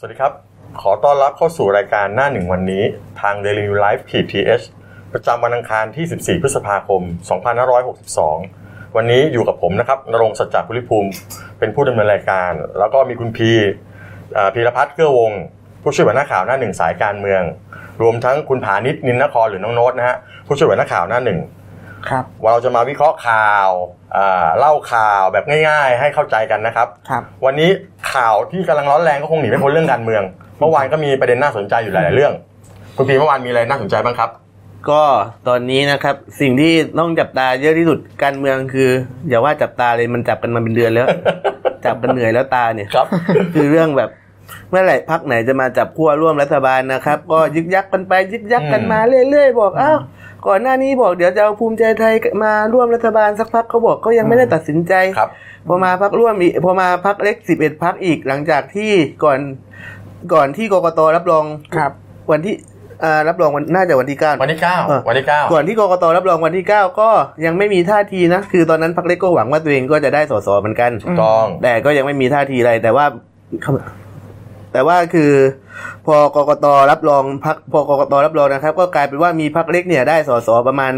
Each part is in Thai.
สวัสดีครับ ขอต้อนรับเข้าสู่รายการหน้าหนึ่งวันนี้ ทาง Daily New Life PTH ประจำวันอังคารที่ 14 พฤษภาคม 2562 วันนี้อยู่กับผมนะครับนรงค์สัจจภูริภูมิ เป็นผู้ดำเนินรายการ แล้วก็มีคุณพีเอ่อพีรพัฒน์เกื้อวงศ์ผู้ช่วยหัวหน้าข่าวหน้าหนึ่งสายการเมือง รวมทั้งคุณผานิชนินนครหรือน้องโน้ตนะฮะผู้ช่วยหัวหน้าข่าวหน้าหนึ่ง ครับ ว่าเราจะมาวิเคราะห์ข่าวอ่าเล่าข่าวแบบง่ายๆ ให้เข้าใจกันนะครับ ครับ วันนี้ข่าวที่กำลังร้อนแรงก็คงหนีไม่พ้นเรื่องการเมือง เมื่อวานก็มีประเด็นน่าสนใจอยู่หลายๆเรื่อง คุณพีเมื่อวานมีอะไรน่าสนใจบ้างครับ ก็ตอนนี้นะครับสิ่งที่ต้องจับตาเยอะที่สุดการเมืองคือ อย่าว่าจับตาเลยมันจับกันมาเป็นเดือนแล้ว จับกันเหนื่อยแล้วตาเนี่ย ครับ คือเรื่องแบบเมื่อไหร่พักไหนจะมาจับขั้วร่วมรัฐบาลนะครับ ก็ยึกยักกันไปยึกยักกันมาเรื่อยๆบอกอ้าวก่อนหน้านี้บอกเดี๋ยวจะเอาภูมิใจไทยมาร่วมรัฐบาลสักพักเขาบอกก็ยังไม่ได้ตัดสินใจ ครับ พอมาพักร่วมอีกพอมาพักเล็กสิบเอ็ดพักอีกหลังจากที่ก่อนก่อนที่กกตรับรอง ครับ วันที่อ่ารับรองวันน่าจะวันที่เก้า วันที่เก้า อ่ะ วันที่เก้า ก่อนที่กกตรับรองวันที่ 9 ก็ยังไม่มีท่าทีนะ คือตอนนั้นพรรคเล็กก็หวังว่าตัวเองก็จะได้สสเหมือนกัน อืม ต้อง แต่ก็ยังไม่มีท่าทีอะไร แต่ว่า แต่ว่าคือ พอกกตรับรองพักพอกกตรับรองนะครับ ก็กลายเป็นว่ามีพรรคเล็กเนี่ยได้สสประมาณ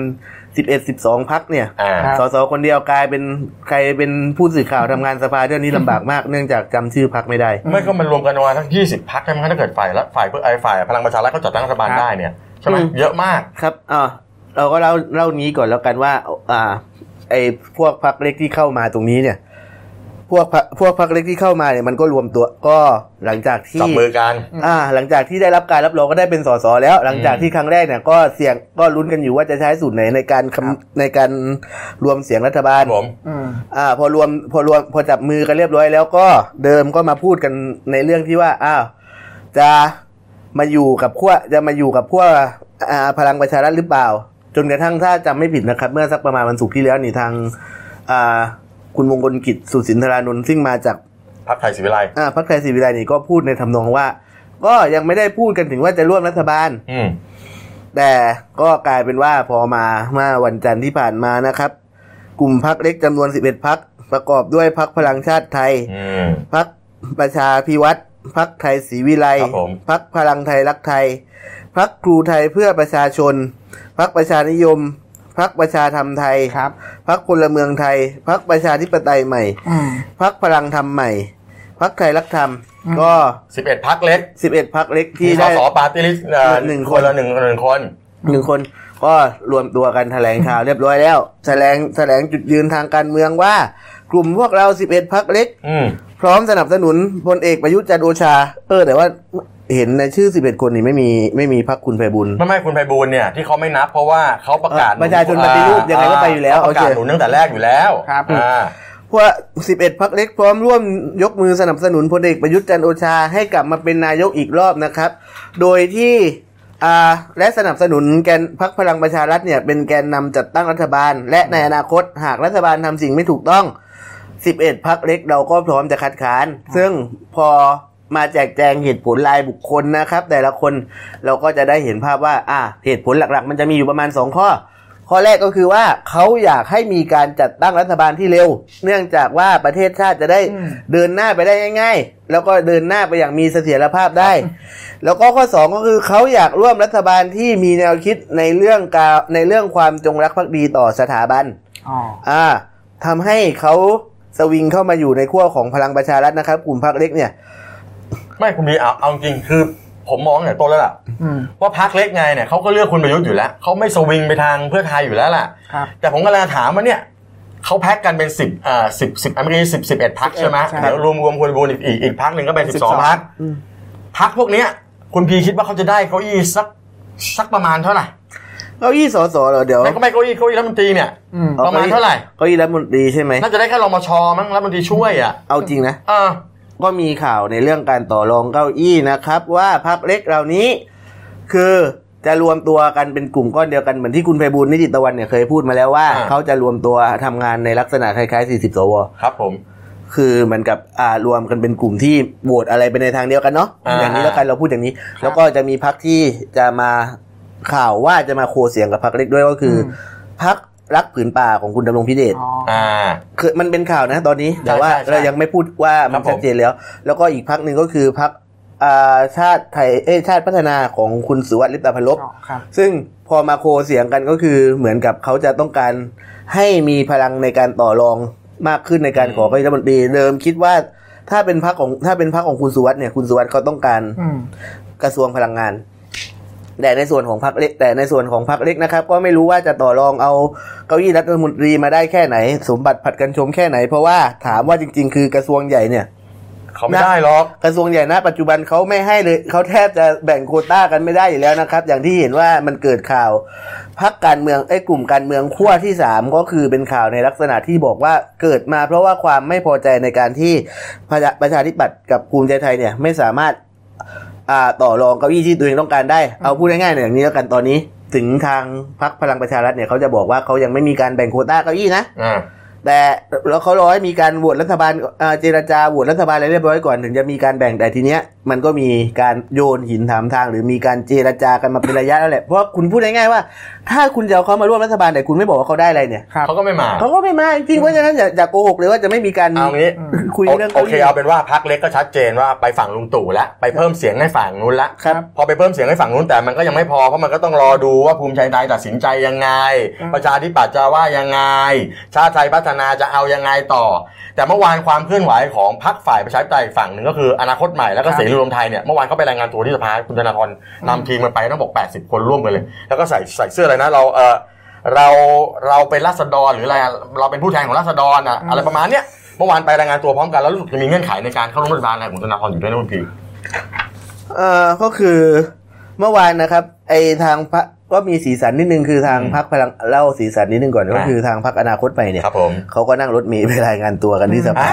11 12พรรคเนี่ย อ่า ครับ สสคนเดียวกลายเป็นใครเป็นผู้สื่อข่าวทำงานสภาเรื่องนี้ลำบากมาก เนื่องจากจำชื่อพรรคไม่ได้ ไม่ก็มันรวมกันประมาณทั้งยี่สิบพักใช่ไหมถ้าเกิดฝ่ายละฝ่ายเพื่อไอ้ฝ่ายพลังประชารัฐเขาจัดตั้งรัฐบาลได้เนี่ยใช่ไหม อืม เยอะมาก ครับอ่าเราก็เล่าเล่านี้ก่อนแล้วกันว่า อ่า ไอ้พวกพักเล็กที่เข้ามาตรงนี้เนี่ย พวกพรรคพวกพักเล็กที่เข้ามาเนี่ยมันก็รวมตัวก็หลังจากที่ จับมือกัน อ่า หลังจากที่ได้รับการรับรองก็ได้เป็นสสแล้ว หลังจากที่ครั้งแรกเนี่ยก็เสี่ยงก็ลุ้นกันอยู่ว่าจะใช้สูตรไหนในการคำในการรวมเสียงรัฐบาล ผม อืม อ่าพอรวมพอรวมพอจับมือกันเรียบร้อยแล้วก็เดิมก็มาพูดกันในเรื่องที่ว่าอ้าวจะมาอยู่กับขั้วจะมาอยู่กับขั้วอ่าพลังประชารัฐหรือเปล่า จนกระทั่งถ้าจำไม่ผิดนะครับ เมื่อสักประมาณวันศุกร์ที่แล้วนี่ทางอ่าคุณมงคลกิจสุสินทรานนท์ซึ่งมาจาก พักไทยศิวิไลย์ อ่าพรรคไทยศรีวิไลย์นี่ก็พูดในทำนองว่า ก็ยังไม่ได้พูดกันถึงว่าจะร่วมรัฐบาล อืม แต่ก็กลายเป็นว่าพอมาเมื่อวันจันทร์ที่ผ่านมานะครับ กลุ่มพักเล็กจำนวน 11 พัก ประกอบด้วยพักพลังชาติไทย อืม พักประชาพิวัตรพักไทยศรีวิไลย์ ครับผม พักพลังไทยรักไทย พักครูไทยเพื่อประชาชน พักประชานิยม พักประชาธรรมไทย ครับ พักพลเมืองไทย พักประชาธิปไตยใหม่ อืม พักพลังธรรมใหม่ พักไทยรักธรรม อืม ก็ สิบเอ็ดพักเล็ก 11 พักเล็กที่ ที่ส ได้ สปาร์ตี้ลิสต์อ่า หนึ่ง ค คน น ละหนึ่งหนึ่งคน หนึ่งคนก็รวมตัวกันแถลงข่าวเรียบร้อยแล้ว แถลงแถลงจุดยืนทางการเมืองว่า กลุ่มพวกเรา 11 พักเล็ก อืม พร้อมสนับสนุนพลเอกประยุทธ์จันทร์โอชา เออ แต่ว่าเห็นในชื่อ 11 คนนี่ไม่มีไม่มีพักคุณไพบุญ ไม่ไม่คุณไพบูลย์เนี่ยที่เขาไม่นับเพราะว่าเขาประกาศ เออประชาชนปฏิรูป อ่า ยังไงก็ไปอยู่แล้ว เขาประกาศ โอหเคนุนตั้งแต่แรกอยู่แล้ว ครับ อ่า พวก11 พักเล็กพร้อมร่วมยกมือสนับสนุนพลเอกประยุทธ์จันทร์โอชาให้กลับมาเป็นนายกอีกรอบนะครับ โดยที่อ่าและสนับสนุนแกนพักพลังประชารัฐเนี่ยเป็นแกนนำจัดตั้งรัฐบาล และในอนาคตหากรัฐบาลทำสิ่งไม่ถูกต้อง 11 พักเล็กเราก็พร้อมจะคัดค้าน ซึ่งพอมาแจกแจงเหตุผลรายบุคคลนะครับ แต่ละคนเราก็จะได้เห็นภาพว่า อ่า เหตุผลหลักๆ มันจะมีอยู่ประมาณ 2 ข้อ ข้อแรกก็คือว่าเขาอยากให้มีการจัดตั้งรัฐบาลที่เร็ว เนื่องจากว่าประเทศชาติจะได้ อืม เดินหน้าไปได้ง่าย ๆ แล้วก็เดินหน้าไปอย่างมีเสถียรภาพได้ แล้วก็ข้อสองก็คือเขาอยากร่วมรัฐบาลที่มีแนวคิดในเรื่องกาในเรื่องความจงรักภักดีต่อสถาบัน อ๋อ อ่าทำให้เขาสวิงเข้ามาอยู่ในขั้วของพลังประชารัฐนะครับ กลุ่มพรรคเล็กเนี่ย ไม่คุณมีเอาเอาจริงคือ ผมมองเนี่ยต้นแล้วล่ะ อืม ว่าพักเล็กไงเนี่ยเขาก็เลือกคุณประยุทธ์อยู่แล้วเขาไม่สวิงไปทางเพื่อไทยอยู่แล้วล่ะ ครับ แต่ผมกำลังถามว่าเนี่ยเขาแพ็กกันเป็นสิบอ่าสิบสิบอเมริกาสิบสิบเอ็ดพักใช่ไหม ใช่ เดี๋ยวรวมรวมคุณบูลย์อีกอีกอีกพักหนึ่งก็เป็นสิบสอง 12 พักพักพวกเนี้ยคุณพีคิดว่าเขาจะได้เก้าอี้สักสักประมาณเท่าไหร่ เก้าอี้สสเหรอเดี๋ยว ไม่ก็ไม่เก้าอี้เก้าอี้รัฐมนตรีเนี่ย อืม ประมาณเท่าไหร่ เก้าอี้รัฐมนตรีใช่ไหม น่าจะได้แค่รมชมั้งรัฐมนตรีช่วยอ่ะ เอาจริงนะ เออ ก็มีข่าวในเรื่องการต่อรองเก้าอี้นะครับ ว่าพรรคเล็กเหล่านี้ คือจะรวมตัวกันเป็นกลุ่มก้อนเดียวกันเหมือนที่คุณไพบูลย์นิติตะวันเนี่ยเคยพูดมาแล้วว่า อ่า เขาจะรวมตัวทำงานในลักษณะคล้ายๆ 40สว ครับผม คือเหมือนกับอ่ารวมกันเป็นกลุ่มที่โหวตอะไรไปในทางเดียวกันเนาะ อ่า อย่างนี้แล้วกันเราพูดอย่างนี้ แล้วก็จะมีพักที่จะมาข่าวว่าจะมาโคเสียงกับพักเล็กด้วยก็คืออ ม พักรักผืนป่าของคุณดำรงพิเดช อ๋อ อ่า คือมันเป็นข่าวนะตอนนี้แต่ว่า ใช่ใช่ใช่ เรายังไม่พูดว่ามัคนรับผม ชัดเจนแล้ว แล้วก็อีกพักหนึ่งก็คือพัก อ่าชาติไทยเอยชาติพัฒนาของคุณสุวัสดิ์ลิปตาพนลบ ครับ ซึ่งพอมาโคเสียงกันก็คือเหมือนกับเขาจะต้องการให้มีพลังในการต่อรองมากขึ้นในการขอเก้าอี้รัฐมนตรีเดิมคิดว่าถ้าเป็นพักของถ้าเป็นพักของคุณสุวัสด์เนี่ยคุณสุวัสด์เขาต้องการ อืม กระทรวงพลังงาน แต่ในส่วนของพรรคเล็กแต่ในส่วนของพรรคเล็กนะครับ ก็ไม่รู้ว่าจะต่อรองเอาเก้าอี้รัฐมนตรีมาได้แค่ไหน สมบัติผัดกันชมแค่ไหน เพราะว่าถามว่าจริง ๆ คือกระทรวงใหญ่เนี่ย เขาไม่ได้หรอก กระทรวงใหญ่นะปัจจุบันเขาไม่ให้เลยเขาแทบจะแบ่งโควต้ากันไม่ได้อยู่แล้วนะครับ อย่างที่เห็นว่ามันเกิดข่าวพักการเมืองไอ้ยกลุ่มการเมืองขั้วที่สามก็คือเป็นข่าวในลักษณะที่บอกว่าเกิดมาเพราะว่าความไม่พอใจในการที่ประชาประชาธิปัตย์กับภูมิใจไทยเนี่ยไม่สามารถอ่าต่อรองเก้าอี้ที่ตัวเองต้องการได้ เอาพูดง่ายๆเนี่ยอย่างนี้แล้วกันตอนนี้ ถึงทางพักพลังประชารัฐเนี่ยเขาจะบอกว่าเขายังไม่มีการแบ่งโควต้าเก้าอี้นะ อ่า แต่แล้วเขารอให้มีการโหวตรัฐบาลเอ่อเจรจาโหวตรัฐบาลอะไรเรียบร้อยก่อนถึงจะมีการแบ่งแต่ทีเนี้ยมันก็มีการโยนหินถามทาง หรือมีการเจรจากันมาเป็นระยะแล้วแหละเพราะคุณพูดง่ายๆว่า ถ้าคุณจะเอาเขามาร่วมรัฐบาลแต่คุณไม่บอกว่าเขาได้อะไรเนี่ย ครับ เขาก็ไม่มา เขาก็ไม่มาจริงๆเพราะฉะนั้นอย่าอย่าโกหกเลยว่าจะไม่มีการ เอางี้ คุยเรื่อง โอ ก้า เค อี้ เอาเป็นว่าพักเล็กก็ชัดเจนว่าไปฝั่งลุงตู่แล้วไปเพิ่มเสียงให้ฝั่งนู้นละ ครับ พอไปเพิ่มเสียงให้ฝั่งนู้นแต่มันก็ยังไม่พอเพราะมันก็ต้องรอดูว่าภูมิใจไทยตัดสินใจยังไง อืม ประชาธิปัตย์จะว่ายังไง ชาติไทยพัฒนาจะเอายังไงต่อ แต่เมื่อวานความเคลื่อนไหวของพักฝ่ายประชาธิปไตยอีกฝั่งหนึ่งก็คืออนาคตใหม่แล้วก็เสรีรวมไทยเนี่ยเมื่อวานเขาไปรายงานตัวที่สภาคุณธนาธรนำทีมกันไปต้องบอก 80 คนร่วมกันเลย แล้วก็ใส่ใส่เสื้ออะไรนะเราเออเราเราเป็นราษฎรหรืออะไรอะเราเป็นผู้แทนของราษฎรอะอะไรประมาณเนี้ย เมื่อวานไปรายงานตัวพร้อมกันแล้วรู้สึกจะมีเงื่อนไขในการเข้าร่วมรัฐบาลอะไรของธนาธรอยู่ด้วยนะคุณพี เอ่อก็คือเมื่อวานนะครับ ไอทางพรรคก็มีสีสันนิดนึงคือทาง อืม พรรคพลังเล่าสีสันนิดนึงก่อน อ่า ก็คือทางพรรคอนาคตใหม่เนี่ย ครับผม เขาก็นั่งรถเมล์ ไปรายงานตัวกันที่สภา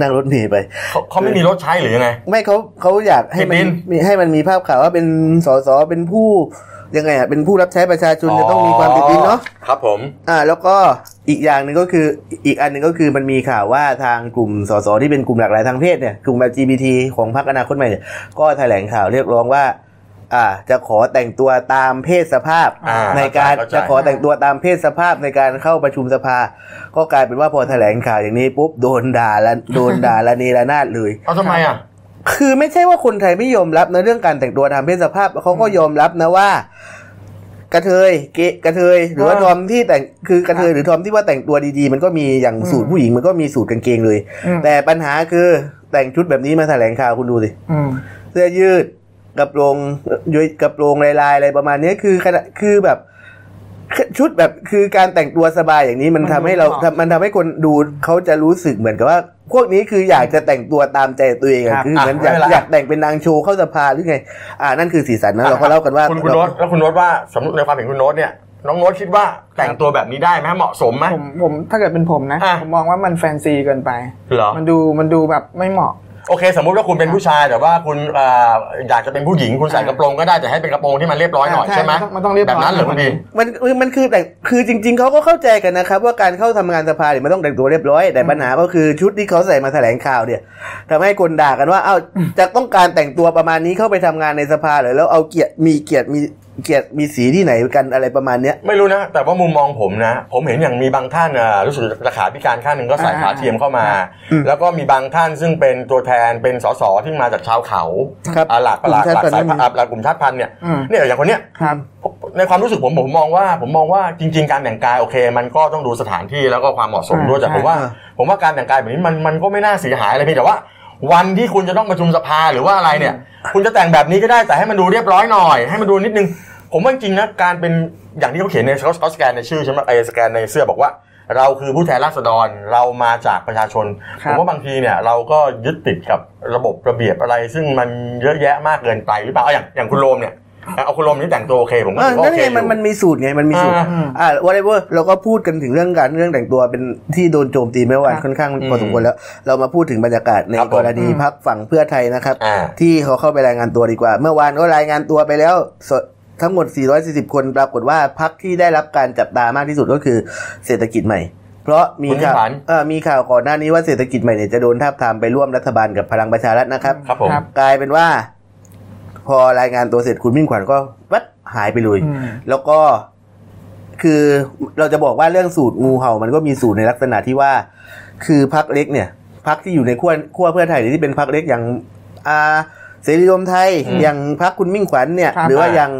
นั่งรถเมล์ไป เขาเขาไม่มีรถใช้หรือยังไง ไม่เขาเขาอยากให้มั ติ น ดดิน มีให้มันมีภาพข่าวว่าเป็นสสเป็นผู้ยังไงอ่ะเป็นผู้รับใช้ประชาชนจะต้องมีความติดดินเนาะ อ๋อครับผม อ่า แล้วก็อีกอย่างหนึ่งก็คืออีกอันหนึ่งก็คือมันมีข่าวว่าทางกลุ่มสสที่เป็นกลุ่มหลากหลายทางเพศเนี่ยกลุ่ม LGBT ของพรรคอนาคตใหม่เนี่ยก็แถลงข่าวเรียกร้องว่า อ่า จะขอแต่งตัวตามเพศสภาพ อ่ ในการ เข้ใจ จะขอแต่งตัวตามเพศสภาพในการเข้าประชุมสภา ก็กลายเป็นว่าพอแถลงข่าวอย่างนี้ปุ๊บโดนด่าละโดนด่าละเนระนาดเลย เอาทำไมอ่ะ คือไม่ใช่ว่าคนไทยไม่ยอมรับนะเรื่องการแต่งตัวตามเพศสภาพเขาก็ยอมรับนะว่า กระเทยเกะกระเทย หรือว่า อ่า ทอมที่แต่งคือกระเทยหรือทอมที่ว่าแต่งตัวดีๆ มันก็มีอย่าง อืม สูตรผู้หญิงมันก็มีสูตรกางเกงเลย อืม แต่ปัญหาคือแต่งชุดแบบนี้มาแถลงข่าวคุณดูสิ อืม เสื้อยืดกระโปรงยุยกระโปรงลายๆอะไรประมาณนี้คือขณะคือแบบชุดแบบคือการแต่งตัวสบายอย่างนี้มัน มัน ทำให้เรา ดูออก มันทำให้คนดูเขาจะรู้สึกเหมือนกับว่า พวกนี้คืออยากจะแต่งตัวตามใจตัวเองอะ ครับ คือ อ่ะ เหมือนอยาก ไม่เป็นไร อยาก แต่งเป็นนางโชว์เข้าสภาหรือไง อ่านั่นคือสีสันนะเราก็เล่ากันว่า คุณคุณโน้ตแล้วคุณโน้ตว่าสมมติในความเห็นคุณโน้ตเนี่ยน้องโน้ตคิดว่าแต่งตัวแบบนี้ได้ไหมเหมาะสมไหม ผมผมถ้าเกิดเป็นผมนะ อ่ะ ผมมองว่ามันแฟนซีเกินไป เหรอ มันดูมันดูแบบไม่เหมาะ โอเค สมมุติว่าคุณเป็นผู้ชายแต่ว่าคุณเอ่ออยากจะเป็นผู้หญิงคุณใส่กระโปรงก็ได้แต่ให้เป็นกระโปรงที่มันเรียบร้อยหน่อย ใช่ ใช่ไหม มันต้องมันต้องเรียบร้อย แบบนั้นเหรอคุณพี มันมันมันคือแต่งคือจริง ๆเขาก็เข้าใจกันนะครับ ว่าการเข้าทำงานสภาเนี่ยมันต้องแต่งตัวเรียบร้อย แต่ปัญหาก็คือชุดที่เขาใส่มาแถลงข่าวเนี่ยทำให้คนด่ากันว่าเอ้าจะต้องการแต่งตัวประมาณนี้เข้าไปทำงานในสภาเหรือแล้วเอาเกียรติมีเกียรติมีเกียรติมีสีที่ไหนกันอะไรประมาณเนี้ย ไม่รู้นะ แต่ว่ามุมมองผมนะ ผมเห็นอย่างมีบางท่านอ่ะรู้สึกจะขาพิการข้างหนึ่งก็ใส่ อ่า ขาเทียมเข้ามา อืม แล้วก็มีบางท่านซึ่งเป็นตัวแทนเป็นสสที่มาจากชาวเขา ครับ อ่าหลักหลากหลากสาย กลุ่มชาติพันธุ์ อ่าหลักกลุ่มชาติพันธุ์เนี่ย อืม เนี่ยอย่างคนเนี้ย ครับ ในความรู้สึกผมผมมองว่าผมมองว่าจริง ๆ การแต่งกายโอเค มันก็ต้องดูสถานที่แล้วก็ความเหมาะสม อ่า ด้วยแต่ผม ใช่ ว่า ผมว่าการแต่งกายแบบนี้มันมันก็ไม่น่าเสียหายอะไรเพียงแต่ว่า วันที่คุณจะต้องประชุมสภาหรือว่าอะไรเนี่ย คุณจะแต่งแบบนี้ก็ได้แต่ให้มันดูเรียบร้อยหน่อย ให้มันดูนิดนึง ผมว่าจริงๆนะการเป็นอย่างที่เขาเขียนในเขาเขาสแกนในชื่อใช่ไหมไอ้สแกนในเสื้อบอกว่า เราคือผู้แทนราษฎรเรามาจากประชาชนผครับ มว่าบางทีเนี่ยเราก็ยึดติดกับระบบระเบียบอะไร ซึ่งมันเยอะแยะมากเกินไปหรือเปล่าเอาอย่างอย่างคุณโรมเนี่ยเอาคุณโรมนี่แต่งตัวโอเคผมก็ เออ ถือว่า นั่ โอน เค ไง อยู่ มันมันมีสูตรไงมันมีสูตร อ่า อ่า whatever เราก็พูดกันถึงเรื่องการเรื่องแต่งตัวเป็นที่โดนโจมตีเมื่อวาน ครับ ค่อนข้าง อืม พอสมควรแล้ว เรามาพูดถึงบรรยากาศใน ครับผม กรณี อืม พักฝั่งเพื่อไทยนะครับ อ่า ที่เขาเข้าไปรายงานตัวดีกว่า เมื่อวานก็รายงานตัวไปแล้วสดทั้งหมด 440 คนปรากฏว่าพักที่ได้รับการจับตามากที่สุดก็คือเศรษฐกิจใหม่ เพราะมีข่าว คุณนิพันธ์ เอ่อมีข่าวก่อนหน้านี้ว่าเศรษฐกิจใหม่เนี่ยจะโดนทาบทามไปร่วมรัฐบาลกับพลังประชารัฐนะครับ ครับผม กลายเป็นว่า พอรายงานตัวเสร็จคุณมิ่งขวัญก็วัดหายไปเลย อืม แล้วก็คือเราจะบอกว่าเรื่องสูตรงูเห่ามันก็มีสูตรในลักษณะที่ว่า คือพักเล็กเนี่ยพักที่อยู่ในขั้วขั้วเพื่อไทยหรือที่เป็นพักเล็กอย่างอ่า เสรีรวมไทย อืม อย่างพรรคคุณมิ่งขวัญเนี่ย ครับ หรือว่าอย่าง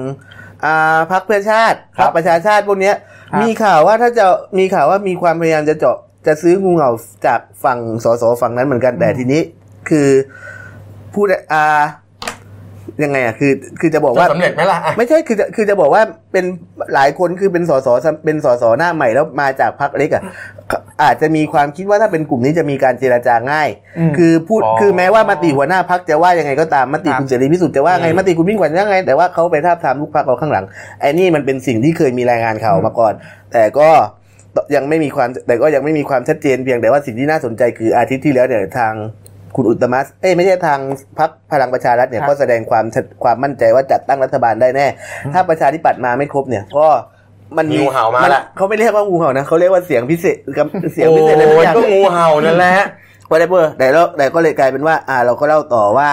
อ่าพรรคเพื่อชาติ ค พ รั ร บ รคประชาชาติพวกเนี้ย ครับ มีข่าวว่าถ้าจะมีข่าวว่ามีความพยายามจะเจาะจะซื้องูเห่าจากฝั่งสสฝั่งนั้นเหมือนกันแต่ทีนี้คือพูดอ่ายังไงอ่ะคือ คือจะบอกว่า จะสำเร็จไหมล่ะอ่ะ ไม่ใช่คือจะคือจะบอกว่าเป็นหลายคนคือเป็นสสเป็นสสหน้าใหม่แล้วมาจากพรรคเล็กอ่ะอาจจะมีความคิดว่าถ้าเป็นกลุ่มนี้จะมีการเจรจาง่าย อืม คือพูด อ๋อ คือแม้ว่ามติหัวหน้าพักจะว่ายังไงก็ตามมติ ครับ คุณเสรีพิสุทธิ์จะว่าไง อืม มติคุณมิ่งขวัญจะว่าไง แต่ว่าเขาไปทาบทามลูกพักเราข้างหลังไอ้นี่มันเป็นสิ่งที่เคยมีรายงานข่าวมาก่อน แต่ก็ยังไม่มีความแต่ก็ยังไม่มีความชัดเจนเพียงแต่ว่าสิ่งที่น่าสนใจคืออาทิตย์ที่แล้วเนี่ยทางคุณอุตตมะเอ้ยไม่ใช่ทางพักพลังประชารัฐเนี่ย ครับ ก็แสดงความชัดความมั่นใจว่าจัดตั้งรัฐบาลได้แน่ ถ้าประชาธิปัตย์มาไม่ครบเนี่ยก็มัน งูเห่ามาละ เขาไม่เรียกว่างูเห่านะเขาเรียกว่าเสียงพิเศษกับเสียงพิเศษอะไรสั โอ้ยกอย่าง ก็งูเห่านั่นแหละ ว h a เ e อร์แต่แล้วแต่ก็เลยกลายเป็นว่า อ่า เราก็เล่าต่อว่า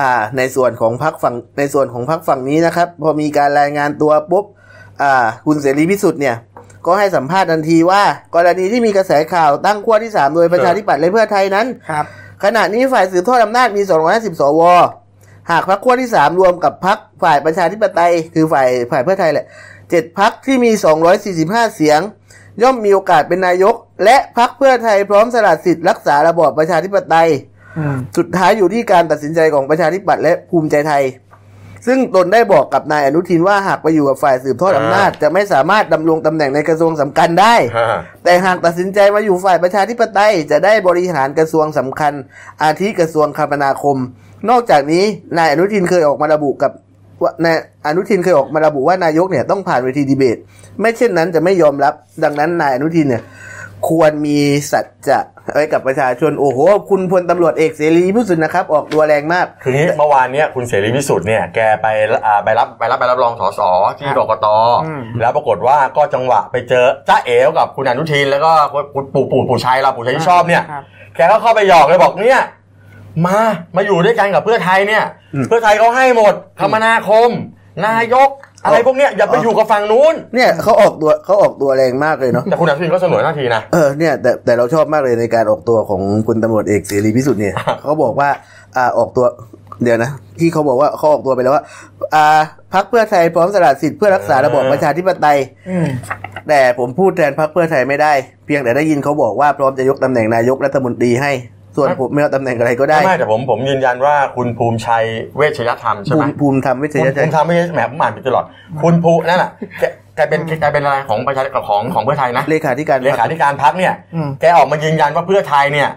อ่า ในส่วนของพักฝั่งในส่วนของพักฝั่งนี้นะครับ พอมีการรายงานตัวปุ๊บ อ่า คุณเสรีพิสุทธิ์เนี่ย ก็ให้สัมภาษณ์ทันทีว่า กรณีที่มีกระแสข่าวตั้งขั้วที่ 3 โดยประชาธิปัตย์และเพื่อไทยนั้น ครับ ขณะนี้ฝ่ายสืบทอดอำนาจมี 250 สว หากพรรคขั้วที่ 3 รวมกับพรรคฝ่ายประชาธิปไตย คือฝ่ายฝ่ายเพื่อไทยแหละเจ็ดพรรคที่มี 245 เสียง ย่อมมีโอกาสเป็นนายก และพรรคเพื่อไทยพร้อมสละสิทธิ์รักษาระบอบประชาธิปไตย อืม สุดท้ายอยู่ที่การตัดสินใจของประชาธิปัตย์และภูมิใจไทย ซึ่งตนได้บอกกับนายอนุทินว่าหากไปอยู่กับฝ่ายสืบทอดอำนาจ จะไม่สามารถดำรงตำแหน่งในกระทรวงสำคัญได้ แต่หากตัดสินใจมาอยู่ฝ่ายประชาธิปไตย จะได้บริหารกระทรวงสำคัญ อาทิกระทรวงคมนาคม นอกจากนี้นายอนุทินเคยออกมาระบุกับว่านายอนุทินเคยออกมาระบุว่านายกเนี่ยต้องผ่านเวทีดีเบต ไม่เช่นนั้นจะไม่ยอมรับ ดังนั้นนายอนุทินเนี่ย ควรมีสัจจะไว้กับประชาชนโอ้โห คุณพลตำรวจเอกเสรีพิสุทธิ์นะครับ ออกตัวแรงมาก คืองี้เมื่อวานเนี้ยคุณเสรีพิสุทธิ์เนี่ยแกไปอ่าไปรับไปรับไปรับรองสสที่ ครับ กกต อืม แล้วปรากฏว่าก็จังหวะไปเจอจ้าเอ๋วกับคุณอนุทินแล้วก็คุณปู่ปู่ปู่ชัยเราปู่ชัยที่ชอบเนี่ย ครับ แกก็เข้าไปหยอกเลยบอกเนี่ยมามาอยู่ด้วยกันกับเพื่อไทยเนี่ย อืม เพื่อไทยเขาให้หมดคมนาคม นายก อะไรพวกเนี้ยอย่าไปอยู่กับฝั่งนู้น เนี่ยเขาออกตัวเขาออกตัวแรงมากเลยเนาะ แต่คุณอนุทินก็สนวนท่าทีนะ เออเนี่ยแต่แต่เราชอบมากเลยในการออกตัวของคุณตำรวจเอกเสรีพิสุทธิ์ เนี่ย เขาบอกว่าอ่าออกตัวเดี๋ยวนะ ที่เขาบอกว่าเขาออกตัวไปแล้วว่าอ่าพักเพื่อไทยพร้อมสละสิทธิ์เพื่อรักษาระบอบประชาธิปไตย อืม แต่ผมพูดแทนพรรคเพื่อไทยไม่ได้ เพียงแต่ได้ยินเขาบอกว่าพร้อมจะยกตำแหน่งนายกรัฐมนตรีให้ ส่วน ไม่ ผมไม่เอาตำแหน่งอะไรก็ได้ ไม่แต่ผมผมยืนยันว่าคุณภูมิชัยเวชยธรรมใช่ ภู ไหม มิภูมิธรรมวิท คุณ ยา คุ ชัย ณทำไม่ใช่แหมผมอ่านผิดตลอด คุณภูนั่นแหละแกแกเป็นแกเป็นอะไรของประชาธิปไตยของของเพื่อไทยนะ เลขาธิการ เลขาธิการพักเนี่ย อืม แกออกมายืนยันว่าเพื่อไทยเนี่ย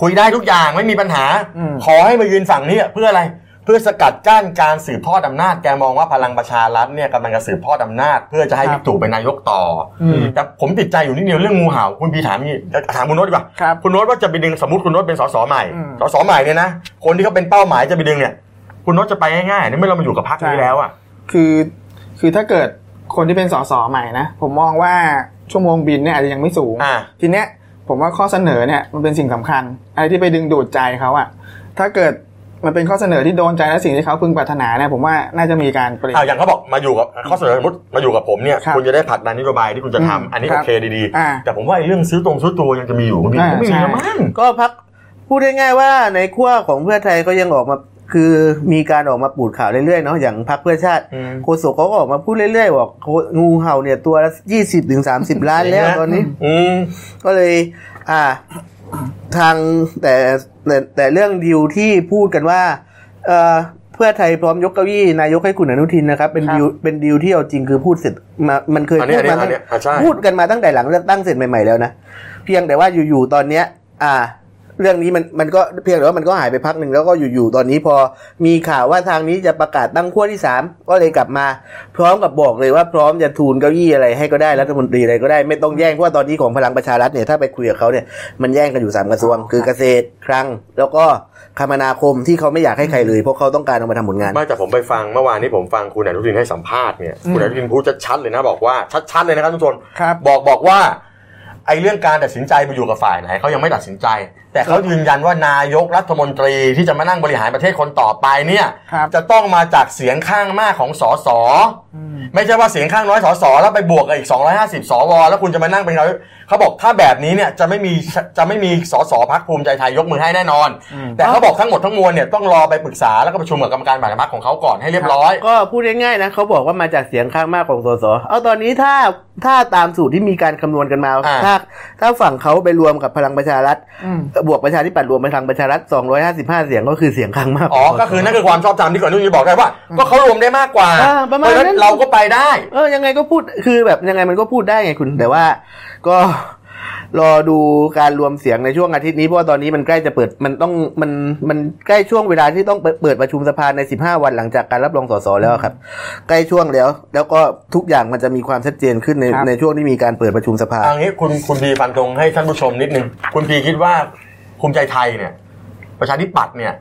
คุยได้ทุกอย่างไม่มีปัญหา อืม ขอให้มายืนฝั่งนี้เพื่ออะไร เพื่อสกัดกั้นการสืบทอดอำนาจแกมองว่าพลังประชารัฐเนี่ยกำลังจะสืบทอดอำนาจ เพื่อจะให้บิ๊กตู่เป็นนายกต่ออ ม แต่ผมติดใจอยู่นิดเดียวเรื่องงูเห่าคุณพี่ถามนี่ถามคุณโน้ตดีกว่า ครับ คุณโน้ตว่าจะไปดึงสมมติคุณโน้ตเป็นสสใหม่ อืม สสใหม่เนี่ยนะ คนที่เขาเป็นเป้าหมายจะไปดึงเนี่ย คุณโน้ตจะไปง่ายๆนี่ไม่เรามาอยู่กับพรรคนี้ ใช่ แล้วอ่ะ คือคือถ้าเกิดคนที่เป็นสสใหม่นะผมมองว่าชั่วโมงบินเนี่ยอาจจะยังไม่สูง อ่า ทีเนี้ยผมว่าข้อเสนอเนี่ยมันเป็นสิ่งสำคัญอะไรที่ไปดึงดูดใจเขาอะถ้าเกิดมันเป็นข้อเสนอที่โดนใจและสิ่งที่เขาพึงปรารถนาเนี่ยผมว่าน่าจะมีการเปลี่ยน อ่าอย่างเขาบอกมาอยู่กับข้อเสนอสมมติมาอยู่กับผมเนี่ย ครับ คุณจะได้ผลักดันนโยบายที่คุณจะทำ อืม อันนี้ ครั โอบ เคดี อ่า ๆ แต่ผมว่าไอ้เรื่องซื้อตรงซื้อตัวยังจะมีอยู่คุณพี่ อ่า ไม่มี ใช่ แล้วมั้ง ก็พักพูดง่ายๆว่าในขั้วของเพื่อไทยก็ยังออกมาคือมีการออกมาปูดข่าวเรื่อยๆเนาะอย่างพักเพื่อชาติ อืม โฆษกเขาก็ออกมาพูดเรื่อยๆบอกโคงูเห่าเนี่ยตัวละยี่สิบถึงสามสิบล้านแล้วตอนนี้ อืม ก็เลย อ่า ทางแต่แต่แต่เรื่องดิวที่พูดกันว่า เอ่อเพื่อไทยพร้อมยกเก้าอี้นายกให้คุณอนุทินนะครับ เป็น ครับ ดิวเป็นดิวที่เอาจริงคือพูดเสร็จมามันเคย อันนี้ พูดมา อันนี้อันนี้อ่ะใช่ พูดกันมาตั้งแต่หลังเลือกตั้งเสร็จใหม่ๆแล้วนะเพียงแต่ว่าอยู่ๆตอนเนี้ย อ่า เรื่องนี้มันมันก็เพียงแต่ว่ามันก็หายไปพักหนึ่งแล้วก็อยู่ๆตอนนี้พอมีข่าวว่าทางนี้จะประกาศตั้งขั้วที่สามก็เลยกลับมา พร้อมกับบอกเลยว่าพร้อมจะทูลเก้าอี้อะไรให้ก็ได้รัฐมนตรีอะไรก็ได้ไม่ต้องแย่งเพราะว่าตอนนี้ของพลังประชารัฐเนี่ยถ้าไปคุยกับเขาเนี่ยมันแย่งกันอยู่สามกระทรวง คือเกษตรคลัง แล้วก็คมนาคมที่เขาไม่อยากให้ใครเลยเพราะเขาต้องการเอามาทำผลงาน ไม่แต่ผมไปฟังเมื่อวานนี้ผมฟังคุณอนุทินให้สัมภาษณ์เนี่ย อืม คุณอนุทินพูดชัดๆเลยนะบอกว่าชัดๆเลยนะครับทุกคน ครับ บอกบอกว่าไอ้เรื่องการตัดสินใจไปอยู่กับฝ่ายไหนเขายังไม่ตัดสินใจ แต่เขายืนยันว่านายกรัฐมนตรีที่จะมานั่งบริหารประเทศคนต่อไปเนี่ย ครับ จะต้องมาจากเสียงข้างมากของสส อืม ไม่ใช่ว่าเสียงข้างน้อยสสแล้วไปบวกกับอีก 250สวแล้วคุณจะมานั่งเป็นเขาเขาบอกถ้าแบบนี้เนี่ยจะไม่มีจะไม่มีสสพักภูมิใจไทยยกมือให้แน่นอน แต่เขาบอกทั้งหมดทั้งมวลเนี่ยต้องรอไปปรึกษาแล้วก็ประชุมกับกรรมการบริหารพรรคของเขาก่อนให้เรียบร้อย ก็พูดง่ายๆนะเขาบอกว่ามาจากเสียงข้างมากของสสเอาตอนนี้ถ้าถ้าตามสูตรที่มีการคำนวณกันมา อ่า ถ้าถ้าฝั่งเขาไปรวมกับพลังประชารัฐ อืม บวกประชาธิปัตย์รวมพลังประชารัฐ255 เสียงก็คือเสียงข้างมาก อ๋อ ขงสส ก็คือนั่นคือความชอบธรรมที่ก่อนนุ่นจะบอกได้ว่า ก็เขารวมได้มากกว่า อ่าประมาณ เพฉ นั้น เราก็ไปได้ เออยังไงก็พูดคือแบบยังไงมันก็พูดได้ไงคุณ แต่ว่าก็ รอดูการรวมเสียงในช่วงอาทิตย์นี้เพราะว่าตอนนี้มันใกล้จะเปิดมันต้องมันมันใกล้ช่วงเวลาที่ต้องเปิดประชุมสภาใน 15 วันหลังจากการรับรองสสแล้วครับ ใกล้ช่วงแล้ว แล้วก็ทุกอย่างมันจะมีความชัดเจนขึ้นใน ครับ ในช่วงที่มีการเปิดประชุมสภา เอันนี้คุณคุณพีฟันธงให้ท่านผู้ชมนิดนึง คุณพีคิดว่าภูมิใจไทยเนี่ย ประชาธิปัตย์เนี่ย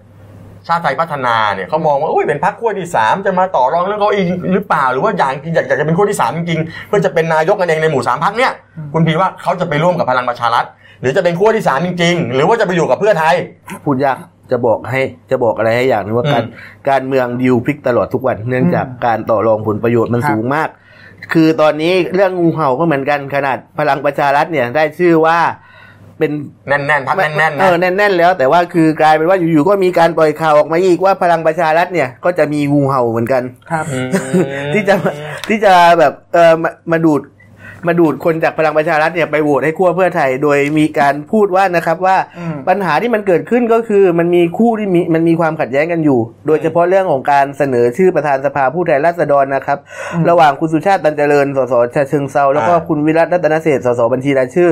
ชาติไทยพัฒนาเนี่ยเขามองว่าอุ้ยเป็นพรรคขั้วที่สามจะมาต่อรองเรื่องเก้าอี้หรือเปล่าหรือว่าอย่างจริงอยากอยากจะเป็นขั้วที่สามจริงๆเพื่อจะเป็นนายกกันเองในหมู่สามพรรคเนี่ย คุณพีว่าเขาจะไปร่วมกับพลังประชารัฐหรือจะเป็นขั้วที่สามจริง ๆ หรือว่าจะไปอยู่กับเพื่อไทย พูดยากจะบอกให้จะบอกอะไรให้อย่างหนึงว่า อืม การการเมืองดิวพลิกตลอดทุกวัน เนื่องจากการต่อรองผลประโยชน์มัน ครับ สูงมาก คือตอนนี้เรื่องงูเห่าก็เหมือนกันขนาดพลังประชารัฐเนี่ยได้ชื่อว่าเป็น แน่นๆพรรคแน่นๆ เอ นะ อแน่นๆแล้ว แต่ว่าคือกลายเป็นว่าอยู่ๆก็มีการปล่อยข่าวออกมาอีกว่าพลังประชารัฐเนี่ยก็จะมีงูเห่าเหมือนกัน ครับ ม ที่จะ ที่จะแบบเออมามาดูดมาดูดคนจากพลังประชารัฐเนี่ยไปโหวตให้ขั้วเพื่อไทย โดยมีการพูดว่านะครับว่า อืม ปัญหาที่มันเกิดขึ้นก็คือมันมีคู่ที่มีมันมีความขัดแย้งกันอยู่ โดยเฉพาะเรื่องของการเสนอชื่อประธานสภาผู้แทนราษฎรนะครับ ระหว่างคุณสุชาติตันเจริญสสชาเชิงเซาแล้วก็ อ่า คุณวิรัตรัตนเศรษฐ์สสบัญชีรายชื่อ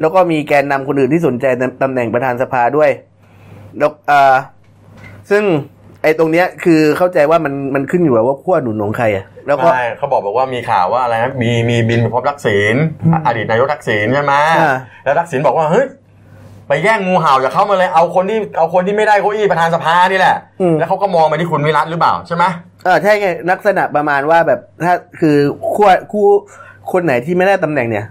แล้วก็มีแกนนำคนอื่นที่สนใจตำแหน่งประธานสภาด้วย แล้วเอ่อซึ่งไอ้ตรงเนี้ยคือเข้าใจว่ามันมันขึ้นอยู่กับว่าขั้วหนุนของใครอะแล้วก็ ใช่เขาบอกบอกว่ามีข่าวว่าอะไรนะมีมีบินไปพบทักษิณอ่ะอดีตนายกทักษิณใช่ไหม ใช่ แล้วทักษิณบอกว่าเฮ้ยไปแย่งงูเห่าจากเขามาเลยเอาคนที่เอาคนที่ไม่ได้เก้าอี้ประธานสภานี่แหละ แล้วเขาก็มองไปที่คุณวิรัตหรือเปล่าใช่ไหม เออใช่ไงลักษณะประมาณว่าแบบถ้าคือขั้วคู่คนไหนที่ไม่ได้ตำแหน่งเนี่ย